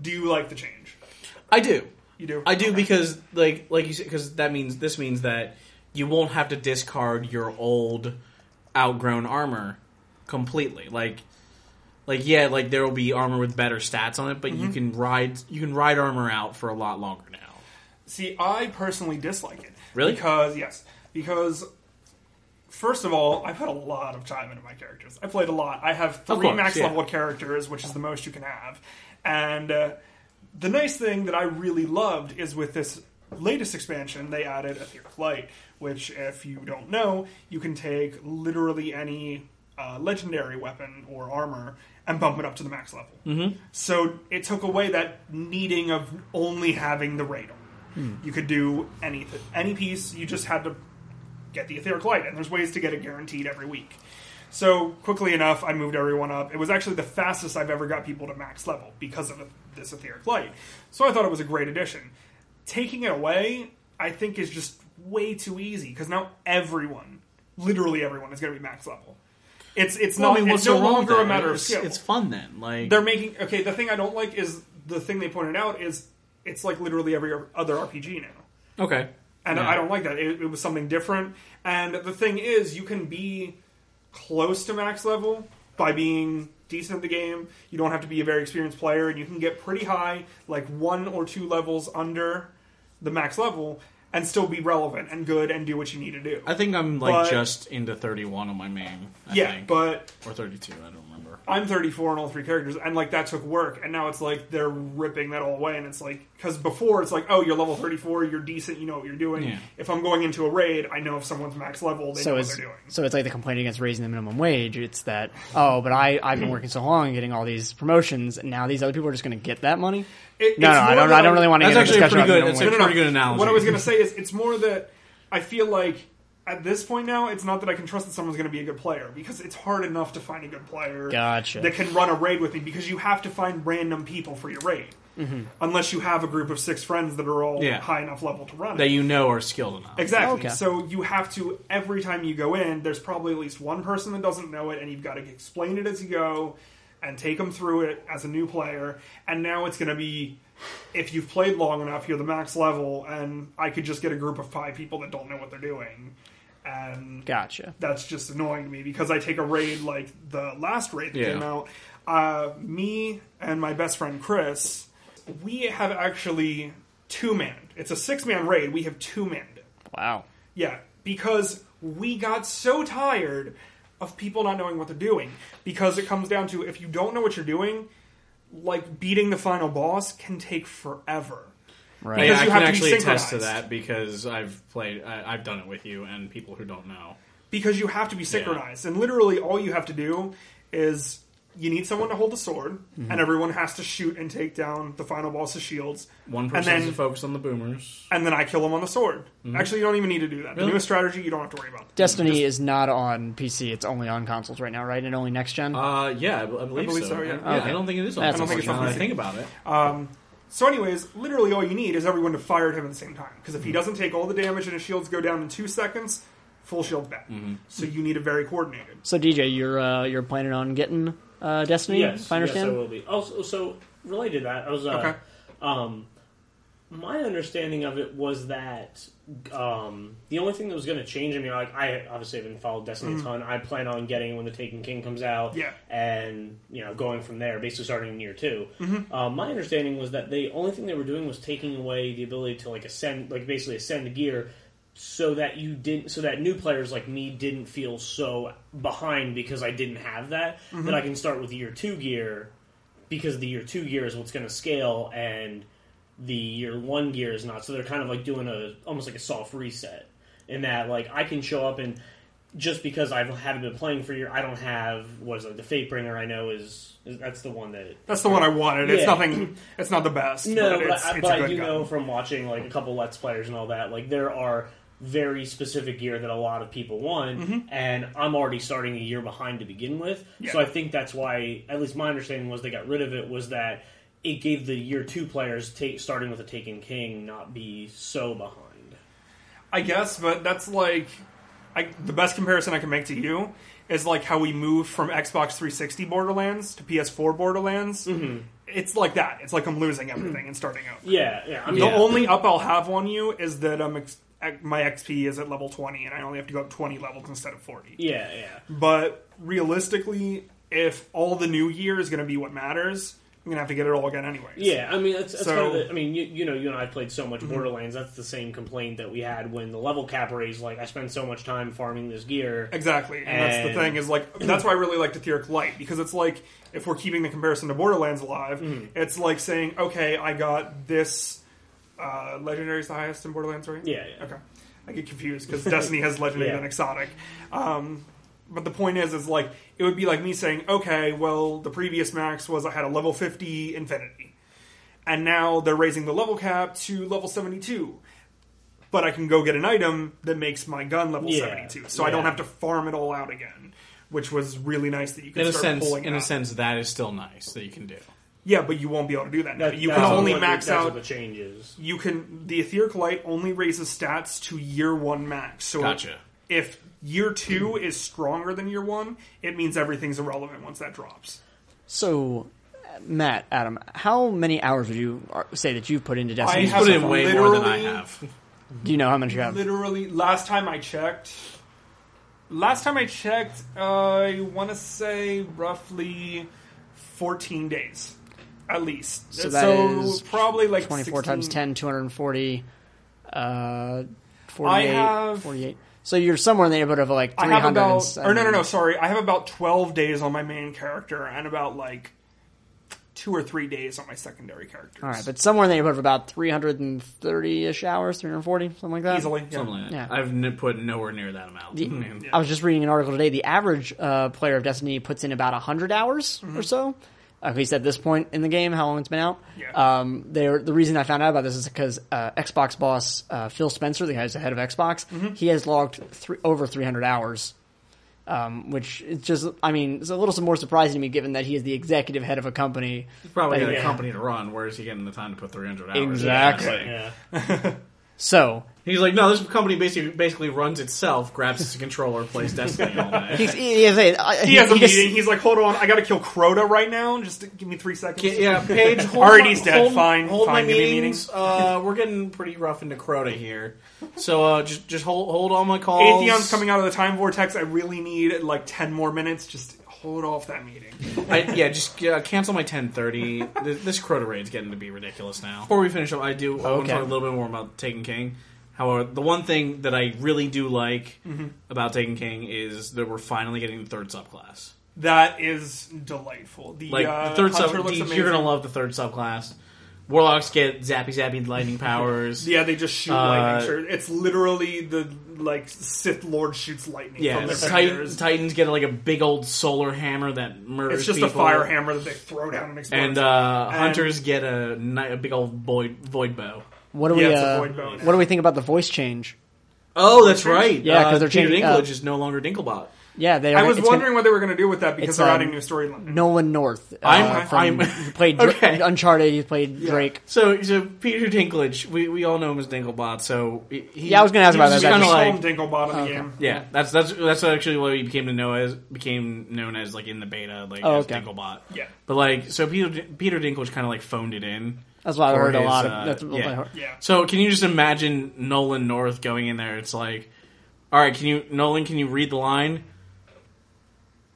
Speaker 3: do you like the change?
Speaker 2: I do.
Speaker 3: You do.
Speaker 2: I do
Speaker 3: Okay.
Speaker 2: because like like you said, because that means this means that you won't have to discard your old outgrown armor completely. Like like yeah, like there will be armor with better stats on it, but
Speaker 3: Mm-hmm.
Speaker 2: you can ride you can ride armor out for a lot longer now.
Speaker 3: See, I personally dislike it.
Speaker 2: Really?
Speaker 3: Because yes, because first of all, I put a lot of time into my characters. I played a lot. I have three
Speaker 2: course,
Speaker 3: max
Speaker 2: yeah.
Speaker 3: level characters, which is the most you can have. And uh, the nice thing that I really loved is with this latest expansion, they added a Fear of Light, which, if you don't know, you can take literally any uh, legendary weapon or armor and bump it up to the max level. Mm-hmm. So it took away that needing of only having the radar. You could do any any piece. You just had to get the etheric light, and there's ways to get it guaranteed every week. So quickly enough, I moved everyone up. It was actually the fastest I've ever got people to max level because of this etheric light. So I thought it was a great addition. Taking it away, I think, is just way too easy because now everyone, literally everyone, is going to be max level. It's it's
Speaker 2: Well,
Speaker 3: not it's no
Speaker 2: so wrong with
Speaker 3: longer a
Speaker 2: that?
Speaker 3: matter of
Speaker 2: It's-
Speaker 3: skill.
Speaker 2: It's fun then. Like
Speaker 3: They're making okay. The thing I don't like is the thing they pointed out is it's like literally every other RPG now,
Speaker 2: okay.
Speaker 3: and
Speaker 2: Yeah.
Speaker 3: I don't like that. It, it was something different. And the thing is, you can be close to max level by being decent at the game. You don't have to be a very experienced player, and you can get pretty high, like one or two levels under the max level, and still be relevant and good and do what you need to do.
Speaker 2: I think I'm like
Speaker 3: But-
Speaker 2: just into 31 on my main. I
Speaker 3: yeah,
Speaker 2: think.
Speaker 3: but
Speaker 2: or 32. I don't remember.
Speaker 3: I'm 34 on all three characters, and like that took work, and now it's like they're ripping that all away, and it's like because before it's like, oh, you're level 34, you're decent, you know what you're doing.
Speaker 2: Yeah.
Speaker 3: If I'm going into a raid, I know if someone's max level, they
Speaker 1: So
Speaker 3: know what
Speaker 1: it's
Speaker 3: they're doing.
Speaker 1: so it's like the complaint against raising the minimum wage. It's that oh, but I I've been working so long and getting all these promotions, and now these other people are just going to get that money. no,
Speaker 3: It- it's
Speaker 1: no, I
Speaker 3: more
Speaker 1: don't.
Speaker 3: that
Speaker 1: I don't
Speaker 3: I'm-
Speaker 1: really want to
Speaker 2: That's
Speaker 1: get into
Speaker 2: actually
Speaker 1: discussion
Speaker 2: a pretty
Speaker 1: about
Speaker 2: good-
Speaker 1: minimum
Speaker 2: it's
Speaker 1: wage.
Speaker 2: a- pretty good analogy.
Speaker 3: What I was going to say is it's more that I feel like at this point now, it's not that I can trust that someone's going to be a good player because it's hard enough to find a good player
Speaker 1: Gotcha.
Speaker 3: that can run a raid with me because you have to find random people for your raid. Unless you have a group of six friends that are all
Speaker 2: Mm-hmm. Yeah.
Speaker 3: high enough level to run it.
Speaker 2: That you know are skilled enough.
Speaker 3: Exactly.
Speaker 1: Okay.
Speaker 3: So you have to every time you go in, there's probably at least one person that doesn't know it, and you've got to explain it as you go and take them through it as a new player. And now it's going to be if you've played long enough, you're the max level, and I could just get a group of five people that don't know what they're doing, and
Speaker 1: Gotcha.
Speaker 3: that's just annoying to me because I take a raid like the last raid that
Speaker 2: Yeah.
Speaker 3: came out. Uh, me and my best friend Chris, we have actually two manned. It's a six man raid. We have two manned it.
Speaker 1: Wow.
Speaker 3: Yeah, because we got so tired of people not knowing what they're doing. Because it comes down to if you don't know what you're doing, like beating the final boss can take forever.
Speaker 1: Right.
Speaker 2: Yeah,
Speaker 3: Because
Speaker 2: I
Speaker 3: you
Speaker 2: can
Speaker 3: have to be
Speaker 2: actually attest to
Speaker 3: synchronized.
Speaker 2: that because I've played. I, I've done it with you and people who don't know.
Speaker 3: because you have to be synchronized and literally all you have to do is you need someone to hold the sword and everyone has to shoot and take down the final boss's shields
Speaker 2: One
Speaker 3: and
Speaker 2: person has
Speaker 3: then
Speaker 2: to focus on the boomers.
Speaker 3: and then i kill him on the sword actually you don't even need to do that the
Speaker 2: Really?
Speaker 3: newest strategy you don't have to worry about
Speaker 1: Destiny is not on PC. It's only on consoles right now, right? And only next gen.
Speaker 2: Uh, yeah, I, I believe,
Speaker 3: believe
Speaker 2: so.
Speaker 3: so, yeah.
Speaker 2: I,
Speaker 1: Okay.
Speaker 2: I don't think it is. On
Speaker 1: That's
Speaker 2: I don't think it's
Speaker 3: on
Speaker 2: now that I
Speaker 3: PC.
Speaker 2: think about it.
Speaker 3: so anyways literally all you need is everyone to fire at him at the same time because if
Speaker 4: Mm-hmm.
Speaker 3: he doesn't take all the damage and his shields go down in two seconds full shield back
Speaker 4: Mm-hmm.
Speaker 3: so you need it very coordinated
Speaker 1: so DJ, you're uh, you're planning on getting uh, Destiny?
Speaker 4: Yes,
Speaker 1: if I understand.
Speaker 4: yes, I will be. Also, so related to that, I was uh,
Speaker 3: Okay.
Speaker 4: um, my understanding of it was that um, the only thing that was going to change. I mean, like I obviously haven't followed Destiny
Speaker 1: Mm-hmm.
Speaker 4: a ton. I plan on getting it when the Taken King comes out,
Speaker 3: Yeah.
Speaker 4: and you know, going from there, basically starting in year 2 Uh, my understanding was that the only thing they were doing was taking away the ability to like ascend, like basically ascend gear. So that you didn't, so that new players like me didn't feel so behind because I didn't have that. That I can start with year two gear because the year two gear is what's going to scale and the year one gear is not. So they're kind of like doing a almost like a soft reset in that like I can show up and just because I haven't been playing for a year, I don't have what is it, the Fate Bringer. I know is, is that's the one that
Speaker 3: that's the one i wanted it's
Speaker 4: Yeah.
Speaker 3: nothing it's not the best
Speaker 4: no,
Speaker 3: but
Speaker 4: but,
Speaker 3: it's,
Speaker 4: I,
Speaker 3: it's
Speaker 4: but
Speaker 3: a
Speaker 4: I
Speaker 3: good
Speaker 4: do
Speaker 3: gun.
Speaker 4: know from watching like a couple Let's Players and all that, like there are very specific gear that a lot of people want, and I'm already starting a year behind to begin with. So
Speaker 3: Mm-hmm. Yeah.
Speaker 4: I think that's why, at least my understanding was they got rid of it was that it gave the year two players ta starting with a Taken King not be so behind.
Speaker 3: I guess, but that's like I, the best comparison I can make to you is like how we moved from Xbox 360 Borderlands to PS4 Borderlands.
Speaker 4: Mm-hmm.
Speaker 3: It's like that. It's like I'm losing everything and starting over.
Speaker 4: Yeah, yeah. I mean,
Speaker 3: The
Speaker 2: Yeah.
Speaker 3: only up I'll have on you is that um, ex- my XP is at level 20, and I only have to go up 20 levels instead of 40.
Speaker 4: yeah, yeah.
Speaker 3: But realistically, if all the new year is going to be what matters, I'm going to have to get it all again anyways.
Speaker 4: Yeah, I mean that's, that's
Speaker 3: So- Mm-hmm.
Speaker 4: kind of the, I mean you, you know you and I played so much Borderlands. That's the same complaint that we had when the level cap raised. Like I spend so much time farming this gear.
Speaker 3: Exactly, and, that's
Speaker 4: And-
Speaker 3: the thing is like that's why I really liked Etheric Light because it's like if we're keeping the comparison to Borderlands alive,
Speaker 4: Mm-hmm.
Speaker 3: it's like saying, okay, I got this. Uh, legendary is the highest in Borderlands, right?
Speaker 4: Yeah, yeah.
Speaker 3: Okay, I get confused because Destiny has legendary
Speaker 4: Yeah.
Speaker 3: and exotic. Um, but the point is, is like it would be like me saying, okay, well, the previous max was I had a level fifty Infinity, and now they're raising the level cap to level 72. But I can go get an item that makes my gun level
Speaker 4: Yeah,
Speaker 3: 72, so I don't
Speaker 4: yeah.
Speaker 3: have to farm it all out again, which was really nice that you could
Speaker 2: in a
Speaker 3: start
Speaker 2: sense,
Speaker 3: pulling
Speaker 2: in a
Speaker 3: that.
Speaker 2: sense, that is still nice that you can do.
Speaker 3: Yeah, but you won't be able to do that. now.
Speaker 4: That-
Speaker 3: you
Speaker 4: that's
Speaker 3: can only
Speaker 4: what the-
Speaker 3: max
Speaker 4: that's what
Speaker 3: out.
Speaker 4: the changes.
Speaker 3: you can the etheric light only raises stats to year one max. So
Speaker 2: Gotcha.
Speaker 3: if year two is stronger than year one, it means everything's irrelevant once that drops.
Speaker 1: So, Matt, Adam, how many hours would you ar- say that you've put into Destiny?
Speaker 3: I
Speaker 2: He's
Speaker 3: have
Speaker 2: put in way more than I
Speaker 3: literally-
Speaker 2: have.
Speaker 1: Do you know how much you have?
Speaker 3: Literally, last time I checked, last time I checked, I want to say roughly fourteen days, at least.
Speaker 1: So that is
Speaker 3: probably like
Speaker 1: 24 times
Speaker 3: 16
Speaker 1: 10, 240, uh, 48,
Speaker 3: I have-
Speaker 1: 48. So you're somewhere in the neighborhood of like
Speaker 3: I
Speaker 1: 300
Speaker 3: have
Speaker 1: and
Speaker 3: about,
Speaker 1: s-
Speaker 3: or no, no, no, sorry. I have about 12 days on my main character and about like two or three days on my secondary characters.
Speaker 1: All right, but somewhere in the neighborhood of about 330 ish hours, 340, something like that.
Speaker 3: easily. Yeah.
Speaker 2: Something like that.
Speaker 1: Yeah.
Speaker 2: I've n- put nowhere near that amount. Man.
Speaker 1: I was just reading an article today. The average uh, player of Destiny puts in about 100 hours
Speaker 3: Mm-hmm.
Speaker 1: or so. At least at this point in the game, how long it's been out.
Speaker 3: Yeah.
Speaker 1: Um, they're, the reason I found out about this is because uh, Xbox boss uh, Phil Spencer, the guy who's the head of Xbox,
Speaker 3: Mm-hmm.
Speaker 1: he has logged thr over 300 hours, um, which is just, I mean, it's a little more surprising to me given that he is the executive head of a company.
Speaker 2: Probably got a
Speaker 4: Yeah.
Speaker 2: company to run. Where is he getting the time to put 300 hours? in?
Speaker 1: Exactly.
Speaker 2: It's like-
Speaker 4: Yeah.
Speaker 1: So
Speaker 2: He's like, no, this company basically basically runs itself, grabs its controller, plays Destiny all day.
Speaker 1: he's, he, is a- uh, I-
Speaker 3: He has a
Speaker 1: he just-
Speaker 3: meeting. He's like, hold on, I gotta kill Crota right now. Just give me three seconds.
Speaker 2: Yeah, Paige, hold
Speaker 3: Already
Speaker 2: my,
Speaker 3: dead,
Speaker 2: hold-
Speaker 3: fine,
Speaker 2: Hold
Speaker 3: fine,
Speaker 2: my
Speaker 3: give me
Speaker 2: meetings. Uh, we're getting pretty rough into Crota here, so uh, just just hold hold all my calls.
Speaker 3: Atheon's coming out of the time vortex. I really need like 10 more minutes. Just hold off that meeting.
Speaker 2: I, yeah, just uh, cancel my ten thirty. this, this Crota raid's getting to be ridiculous now. Before we finish up, I do I want
Speaker 1: Okay.
Speaker 2: to talk a little bit more about Taken King. However, the one thing that I really do like
Speaker 3: Mm-hmm.
Speaker 2: about Taken King is that we're finally getting the third subclass.
Speaker 3: That is delightful. The,
Speaker 2: Like
Speaker 3: uh,
Speaker 2: the third sub,
Speaker 3: hunter looks
Speaker 2: dude,
Speaker 3: amazing.
Speaker 2: you're gonna love the third subclass. Warlocks get zappy zappy lightning powers.
Speaker 3: Yeah, they just shoot
Speaker 2: Uh,
Speaker 3: lightning. Sure. It's literally the like Sith Lord shoots lightning.
Speaker 2: Yeah,
Speaker 3: from their
Speaker 2: Titan,
Speaker 3: fingers.
Speaker 2: Titans get like a big old solar hammer that murders.
Speaker 3: It's just a
Speaker 2: people.
Speaker 3: fire hammer that they throw down and explodes.
Speaker 2: And uh, hunters get a, ni- a big old void void bow.
Speaker 1: what do we
Speaker 3: Yeah, it's a
Speaker 1: uh,
Speaker 3: void bone.
Speaker 1: what do we think about the voice change?
Speaker 2: Oh, that's right.
Speaker 1: Yeah, 'cause they're
Speaker 2: Peter
Speaker 1: changing-
Speaker 2: Dinklage
Speaker 1: uh,
Speaker 2: is no longer Dinklebot.
Speaker 1: Yeah, they. Are,
Speaker 3: I was
Speaker 1: it's gonna-
Speaker 3: wondering what they were going to do with that because
Speaker 1: it's,
Speaker 3: they're
Speaker 1: um,
Speaker 3: adding new storyline.
Speaker 1: Nolan North. Uh,
Speaker 2: I'm-
Speaker 1: from,
Speaker 2: I'm-
Speaker 1: he played Dra-
Speaker 2: Okay.
Speaker 1: Uncharted. He played Drake.
Speaker 2: So, so Peter Dinklage, we, we all know him as Dinklebot. So he, he-
Speaker 1: Yeah, I was gonna ask
Speaker 2: he
Speaker 1: about
Speaker 2: was
Speaker 1: that,
Speaker 2: Kind of
Speaker 1: actually.
Speaker 2: like
Speaker 3: Call him Dinklebot
Speaker 1: Oh,
Speaker 3: in the game.
Speaker 2: yeah, that's that's that's actually what he became to know as became known as like in the beta, like
Speaker 1: Oh,
Speaker 2: as
Speaker 1: okay.
Speaker 2: Dinklebot.
Speaker 3: Yeah.
Speaker 2: but like so Peter Peter Dinklage kind of like phoned it in.
Speaker 1: That's what I
Speaker 2: for
Speaker 1: heard a
Speaker 2: his,
Speaker 1: lot of.
Speaker 2: uh,
Speaker 1: that's what I
Speaker 2: yeah.
Speaker 1: heard.
Speaker 3: Yeah.
Speaker 2: So can you just imagine Nolan North going in there? It's like, all right, can you Nolan? Can you read the line?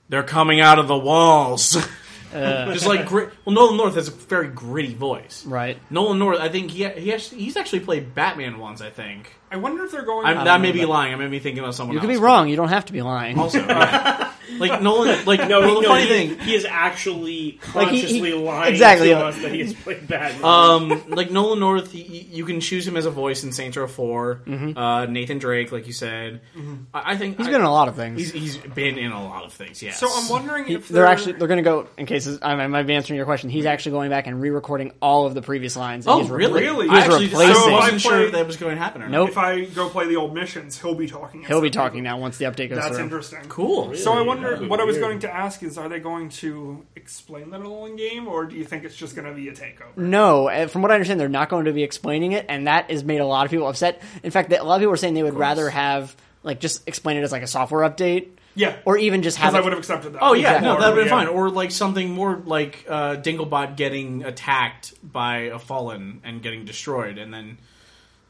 Speaker 2: They're coming out of the walls. just like grit. Well, Nolan North has a very gritty voice.
Speaker 1: Uh. Right.
Speaker 2: Nolan North, I think he he actually, he's actually played Batman once. I think
Speaker 3: I wonder if they're going.
Speaker 2: I'm, that may
Speaker 1: know
Speaker 2: be
Speaker 1: that.
Speaker 2: lying. I may be thinking about someone.
Speaker 1: You could be
Speaker 2: else.
Speaker 1: wrong. You don't have to be lying.
Speaker 2: Also, yeah. like Nolan, like
Speaker 4: No,
Speaker 2: well,
Speaker 4: he,
Speaker 2: the
Speaker 4: no,
Speaker 2: funny
Speaker 4: he,
Speaker 2: thing,
Speaker 4: he is actually
Speaker 1: Like, he- he-
Speaker 4: consciously lying
Speaker 1: exactly.
Speaker 4: to us that he has played Batman.
Speaker 2: um, like Nolan North, y- y- you can choose him as a voice in Saints Row 4 Uh, Nathan Drake, like you said,
Speaker 3: Mm-hmm.
Speaker 2: I, I think
Speaker 1: Mm-hmm. He's
Speaker 2: I-
Speaker 1: been in a lot of things.
Speaker 2: He's, he's been in a lot of things. Yes.
Speaker 3: so I'm wondering
Speaker 1: He-
Speaker 3: if
Speaker 1: they're actually they're going to go in cases. I, I might be answering your question. He's actually going back and re-recording all of the previous lines. and
Speaker 2: Oh,
Speaker 1: he's re-
Speaker 2: really?
Speaker 3: really-
Speaker 2: I
Speaker 1: he's
Speaker 2: actually
Speaker 1: replacing-
Speaker 2: I
Speaker 1: So if
Speaker 2: wasn't
Speaker 3: I
Speaker 2: sure
Speaker 3: play-
Speaker 2: if that was going to happen or not.
Speaker 1: Nope.
Speaker 3: If I go play the old missions, he'll be talking.
Speaker 1: He'll be talking now once the update goes
Speaker 3: That's
Speaker 1: through.
Speaker 3: interesting.
Speaker 2: Cool.
Speaker 3: So I
Speaker 4: Really?
Speaker 3: wonder
Speaker 4: That'd be
Speaker 3: what I was
Speaker 4: weird.
Speaker 3: going to ask is: Are they going to explain that at all in game, or do you think it's just going to be a takeover?
Speaker 1: No, uh, from what I understand, they're not going to be explaining it, and that has made a lot of people upset. In fact, that- a lot of people are saying they would rather have like just explain it as like a software update,
Speaker 3: Yeah,
Speaker 1: or even just have
Speaker 3: because I
Speaker 1: it-
Speaker 3: would have accepted that.
Speaker 2: Oh yeah, no, that would have been
Speaker 3: Yeah.
Speaker 2: fine. Or like something more like uh, Dinglebot getting attacked by a fallen and getting destroyed, and then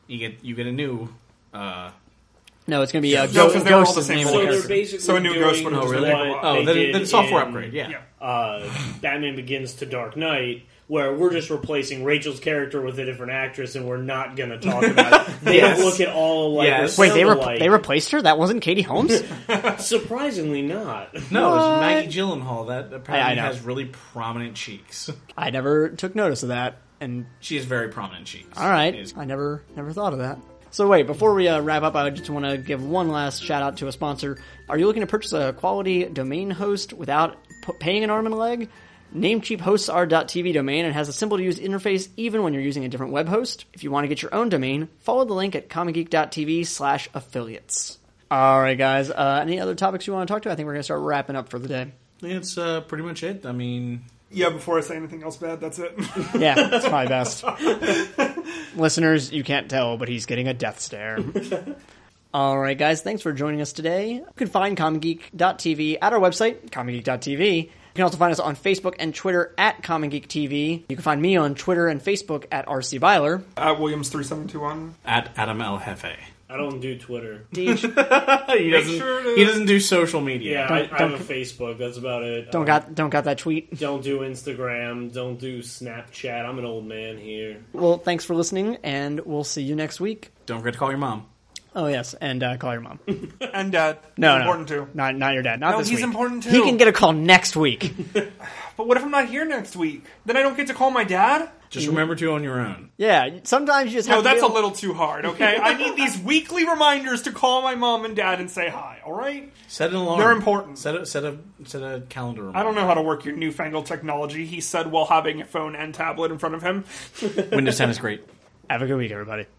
Speaker 2: you get you get a new. Uh,
Speaker 1: No, it's going to be uh,
Speaker 3: No, 'cause
Speaker 1: Ghost.
Speaker 3: they're all the
Speaker 1: Ghost is the name
Speaker 3: same
Speaker 1: of the
Speaker 4: so
Speaker 3: voice.
Speaker 4: they're
Speaker 1: character.
Speaker 4: basically
Speaker 3: So a new
Speaker 4: doing
Speaker 3: ghost would have
Speaker 2: oh
Speaker 3: just
Speaker 2: really?
Speaker 3: been
Speaker 4: what
Speaker 3: like,
Speaker 2: Oh,
Speaker 4: they
Speaker 2: then,
Speaker 4: did
Speaker 2: then software
Speaker 4: in,
Speaker 2: upgrade. Yeah.
Speaker 3: yeah.
Speaker 4: uh, Batman Begins to Dark Knight, where we're just replacing Rachel's character with a different actress, and we're not going to talk about it. They
Speaker 2: Yes.
Speaker 4: don't look at all like
Speaker 2: Yes.
Speaker 1: Wait, they
Speaker 4: were
Speaker 1: re- they replaced her? That wasn't Katie Holmes.
Speaker 4: surprisingly not.
Speaker 2: No, it
Speaker 1: What?
Speaker 2: was Maggie Gyllenhaal that
Speaker 1: I- I
Speaker 2: apparently
Speaker 1: know.
Speaker 2: has really prominent cheeks.
Speaker 1: I never took notice of that. And
Speaker 2: She has very prominent cheeks.
Speaker 1: all right,
Speaker 2: Is-
Speaker 1: I never never thought of that. So wait, before we uh, wrap up, I just want to give one last shout out to a sponsor. Are you looking to purchase a quality domain host without p- paying an arm and a leg? Namecheap hosts our .tv domain and has a simple to use interface even when you're using a different web host. If you want to get your own domain, follow the link at comicgeek.tv slash affiliates. All right, guys. Uh, any other topics you want to talk to? I think we're going to start wrapping up for the day.
Speaker 2: It's uh, pretty much it. I mean,
Speaker 3: Yeah, before I say anything else bad, that's it.
Speaker 1: Yeah, that's my best. Listeners, you can't tell, but he's getting a death stare. All right, guys, thanks for joining us today. You can find CommonGeek.tv at our website, CommonGeek.tv. You can also find us on Facebook and Twitter at CommonGeekTV. You can find me on Twitter and Facebook at RC Byler.
Speaker 3: At Williams three seven two one.
Speaker 2: at Adam El Jefe.
Speaker 4: I don't do Twitter.
Speaker 2: He doesn't.
Speaker 3: sure to-
Speaker 2: he doesn't do social media.
Speaker 4: Yeah, I, I
Speaker 1: don't-
Speaker 4: have a Facebook. That's about it.
Speaker 1: Don't got don't got that tweet.
Speaker 4: Don't do Instagram. Don't do Snapchat. I'm an old man here.
Speaker 1: Well, thanks for listening, and we'll see you next week.
Speaker 2: Don't forget to call your mom.
Speaker 1: Oh yes, and uh, call your mom.
Speaker 3: And
Speaker 2: uh,
Speaker 3: Dad.
Speaker 1: No, no,
Speaker 3: important too.
Speaker 1: Not not your dad. Not
Speaker 3: No,
Speaker 1: this
Speaker 3: he's
Speaker 1: week.
Speaker 3: important,
Speaker 1: He
Speaker 3: too.
Speaker 1: can get a call next week.
Speaker 3: But what if I'm not here next week? Then I don't get to call my dad.
Speaker 2: Just remember to on your own.
Speaker 1: yeah, sometimes you just
Speaker 3: No,
Speaker 1: have to
Speaker 3: that's
Speaker 1: be
Speaker 3: a little too hard. Okay, I need these weekly reminders to call my mom and dad and say hi. All right.
Speaker 2: Set an alarm.
Speaker 3: They're important.
Speaker 2: Set a set a set a calendar.
Speaker 3: I don't know how to work your newfangled technology, he said while having a phone and tablet in front of him.
Speaker 2: Windows 10 is great.
Speaker 1: Have a good week, everybody.